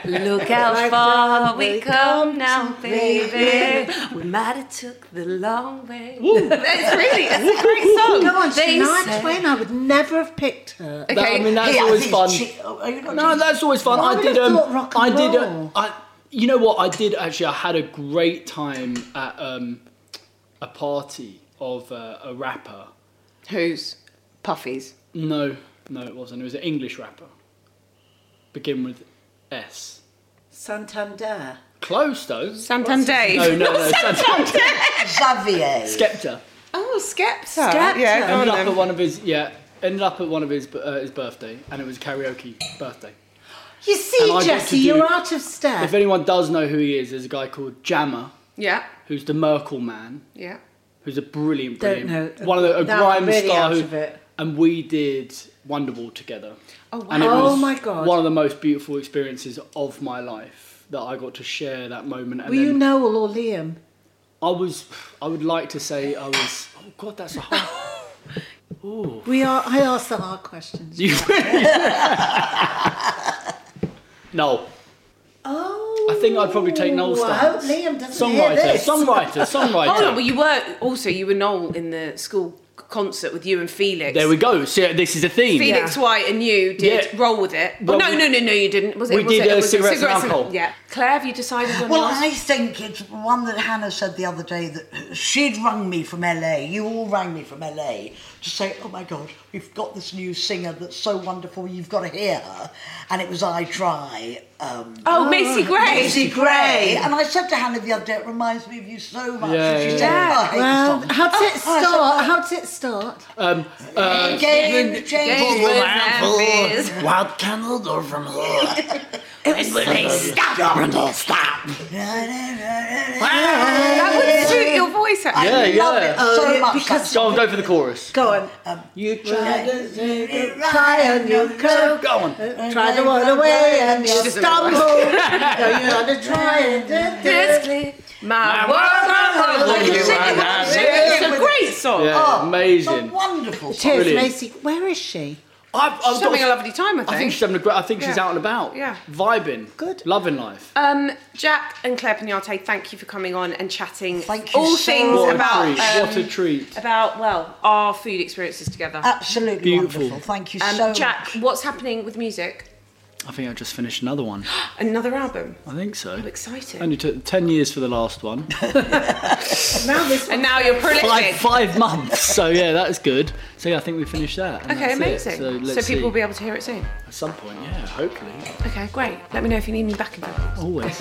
Speaker 6: Look how far we come now, baby. We might have took the long way. (laughs) It's really it's a great song.
Speaker 2: Come on,
Speaker 6: They
Speaker 2: Shania
Speaker 6: said-
Speaker 2: Twain. I would never have picked her.
Speaker 6: Okay.
Speaker 5: That- I mean, that's
Speaker 3: Yeah,
Speaker 5: always
Speaker 3: these
Speaker 5: fun.
Speaker 3: che- oh, are you not
Speaker 5: No,
Speaker 3: doing-
Speaker 5: that's always fun.
Speaker 2: Well, I
Speaker 5: I
Speaker 2: would've
Speaker 5: did. Um,
Speaker 2: thought rock and
Speaker 5: I did.
Speaker 2: roll.
Speaker 5: A, I, you know what? I did actually. I had a great time at um, a party of uh, a rapper.
Speaker 6: Who's Puffies?
Speaker 5: No, no, it wasn't. It was an English rapper. Begin with S.
Speaker 2: Santander.
Speaker 5: Close though.
Speaker 6: Santander.
Speaker 5: No, no, no. Santander.
Speaker 3: Xavier.
Speaker 5: Skepta.
Speaker 6: Oh, Skepta.
Speaker 2: Skepta.
Speaker 6: Yeah, go on
Speaker 5: Ended up
Speaker 6: then.
Speaker 5: at one of his. Yeah. Ended up at one of his uh, his birthday, and it was karaoke birthday.
Speaker 2: You
Speaker 5: And I
Speaker 2: see,
Speaker 5: got to
Speaker 2: Jesse,
Speaker 5: do-
Speaker 2: you're out of step.
Speaker 5: If anyone does know who he is, there's a guy called Jammer,
Speaker 6: Yeah,
Speaker 5: who's the Merkel man.
Speaker 6: yeah.
Speaker 5: who's a brilliant,
Speaker 2: Don't
Speaker 5: brilliant
Speaker 2: know.
Speaker 5: one of the, a
Speaker 2: That
Speaker 5: grime
Speaker 2: I'm really
Speaker 5: star.
Speaker 2: out
Speaker 5: who-
Speaker 2: of it.
Speaker 5: And we did Wonderwall together.
Speaker 6: Oh, wow.
Speaker 5: And it
Speaker 2: Oh,
Speaker 5: was
Speaker 2: my God.
Speaker 5: One of the most beautiful experiences of my life that I got to share that moment. And
Speaker 2: Were you
Speaker 5: then
Speaker 2: Noel or Liam?
Speaker 5: I was, I would like to say I was. Oh God, that's
Speaker 2: (laughs)
Speaker 5: a hard.
Speaker 2: We are. I asked the hard questions.
Speaker 5: You- no,
Speaker 2: Oh.
Speaker 5: I think I'd probably take Noel's
Speaker 2: I hope
Speaker 5: stance.
Speaker 2: Liam doesn't hear
Speaker 5: songwriter,
Speaker 2: this. (laughs)
Speaker 5: songwriter, songwriter.
Speaker 6: Hold on, Oh, well, you were also you were Noel in the school concert with you and Felix.
Speaker 5: there we go. So yeah, this is a theme.
Speaker 6: Felix White and you did
Speaker 5: Yeah.
Speaker 6: roll with it. Well,
Speaker 5: Well,
Speaker 6: no,
Speaker 5: we-
Speaker 6: no, no, no, you didn't. Was it?
Speaker 5: we
Speaker 6: was
Speaker 5: did,
Speaker 6: it,
Speaker 5: uh,
Speaker 6: was it
Speaker 5: cigarettes and alcohol.
Speaker 6: Yeah. Claire, have you decided on
Speaker 3: Well,
Speaker 6: yours?
Speaker 3: I think it's one that Hannah said the other day that she'd rung me from LA. You all rang me from LA to say, "Oh my God, we've got this new singer that's so wonderful. You've got to hear her." And it was I try. Um,
Speaker 6: oh, Macy Gray.
Speaker 3: Daisy Gray. And I said to Hannah the other day, it reminds me of you so much.
Speaker 5: Yeah,
Speaker 3: and she
Speaker 5: yeah,
Speaker 3: said,
Speaker 5: yeah.
Speaker 3: "Oh, I hate
Speaker 2: Well,
Speaker 3: the song.
Speaker 2: how did it
Speaker 3: Oh, (laughs) I said,
Speaker 2: start?
Speaker 3: "Oh,
Speaker 2: How did it start?
Speaker 3: Game
Speaker 6: Game
Speaker 3: changes.
Speaker 6: with Memphis.
Speaker 5: Wild candle go from her.
Speaker 3: Stop. Stop.
Speaker 6: That would suit your voice, actually.
Speaker 5: Yeah, yeah.
Speaker 3: Love it so much. Oh, Because
Speaker 5: Go on, go for the chorus.
Speaker 3: Go on. Um,
Speaker 5: You
Speaker 3: try
Speaker 5: try.
Speaker 3: to take it right and you
Speaker 5: Go
Speaker 3: could
Speaker 5: on.
Speaker 2: Try to run away and Oh, you stumble. no, you ought to try
Speaker 5: (laughs)
Speaker 2: it.
Speaker 6: My
Speaker 5: world's
Speaker 6: world's a
Speaker 5: a Oh,
Speaker 6: holiday.
Speaker 5: holiday.
Speaker 6: It's a great song.
Speaker 5: Yeah, amazing.
Speaker 3: A wonderful song.
Speaker 2: Cheers,
Speaker 5: Brilliant.
Speaker 2: Macy. Where is she?
Speaker 5: I've, I've
Speaker 6: She's having
Speaker 5: got-
Speaker 6: a lovely time, I think.
Speaker 5: I think she's having a great. I think she's
Speaker 6: Yeah.
Speaker 5: out and about.
Speaker 6: Yeah.
Speaker 5: Vibing.
Speaker 2: Good.
Speaker 5: Loving life.
Speaker 6: Um, Jack and Claire Pignate, thank you for coming on and chatting
Speaker 3: Thank you
Speaker 6: all
Speaker 3: so
Speaker 6: things
Speaker 3: much.
Speaker 5: what a
Speaker 6: about
Speaker 5: treat.
Speaker 6: um,
Speaker 5: what a treat.
Speaker 6: about well our food experiences together.
Speaker 3: Absolutely
Speaker 5: Beautiful.
Speaker 3: wonderful. Thank you
Speaker 6: Um,
Speaker 3: Uh, so
Speaker 6: Jack,
Speaker 3: much.
Speaker 6: what's happening with music?
Speaker 5: I think I just finished another one.
Speaker 6: Another album.
Speaker 5: I think so.
Speaker 6: I'm excited.
Speaker 5: Only took ten years for the last
Speaker 6: (laughs)
Speaker 5: one.
Speaker 2: Now this
Speaker 6: And now you're prolific.
Speaker 5: five five months. So yeah, that is good. So yeah, I think we finished that. and
Speaker 6: Okay,
Speaker 5: that's it.
Speaker 6: amazing.
Speaker 5: So,
Speaker 6: So,
Speaker 5: let's
Speaker 6: people
Speaker 5: see.
Speaker 6: will be able to hear it soon.
Speaker 5: at some point. Yeah, hopefully.
Speaker 6: Okay, great. Let me know if you need me back in Belfast. (laughs)
Speaker 5: Always.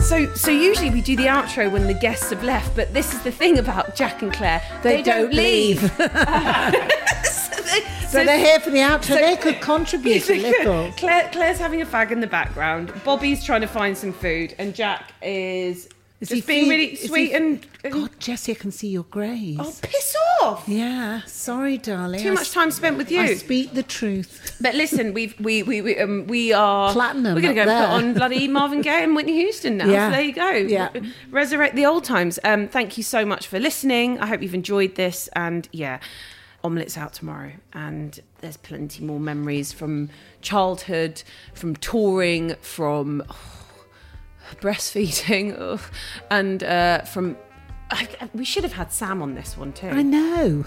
Speaker 6: So, so usually we do the outro when the guests have left, but this is the thing about Jack and Claire.
Speaker 2: They don't (laughs)
Speaker 6: (laughs) so they,
Speaker 2: So they're here for the outro. they
Speaker 6: (laughs)
Speaker 2: could
Speaker 6: Yeah,
Speaker 2: contribute a
Speaker 6: they could.
Speaker 2: little.
Speaker 6: Claire, Claire's having a fag in the background. Bobby's trying to find some food, and Jack is,
Speaker 2: Is he
Speaker 6: just being
Speaker 2: fe-
Speaker 6: really
Speaker 2: is he-
Speaker 6: sweet and, and-
Speaker 2: God, Jessie, I can see your grays.
Speaker 6: oh, piss off.
Speaker 2: Yeah, sorry, darling.
Speaker 6: Too
Speaker 2: I
Speaker 6: much
Speaker 2: s-
Speaker 6: time spent with
Speaker 2: I
Speaker 6: you.
Speaker 2: speak the truth.
Speaker 6: But listen, we've, we we we um, we are
Speaker 2: Platinum
Speaker 6: We're going to
Speaker 2: up
Speaker 6: go and put
Speaker 2: there.
Speaker 6: on bloody Marvin Gaye and Whitney Houston now.
Speaker 2: Yeah.
Speaker 6: So there you go.
Speaker 2: Yeah.
Speaker 6: Resurrect the old times. Um, thank you so much for listening. I hope you've enjoyed this. And yeah, omelets out tomorrow. And there's plenty more memories from childhood, from touring, from oh, breastfeeding, (laughs) ugh, and uh, from. I, I- we should have had Sam on this one too
Speaker 2: I know.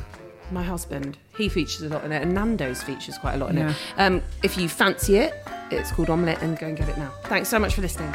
Speaker 6: my husband he features a lot in it and nando's features quite a lot in
Speaker 2: Yeah.
Speaker 6: it um, if you fancy it it's called omelette and go and get it now thanks so much for listening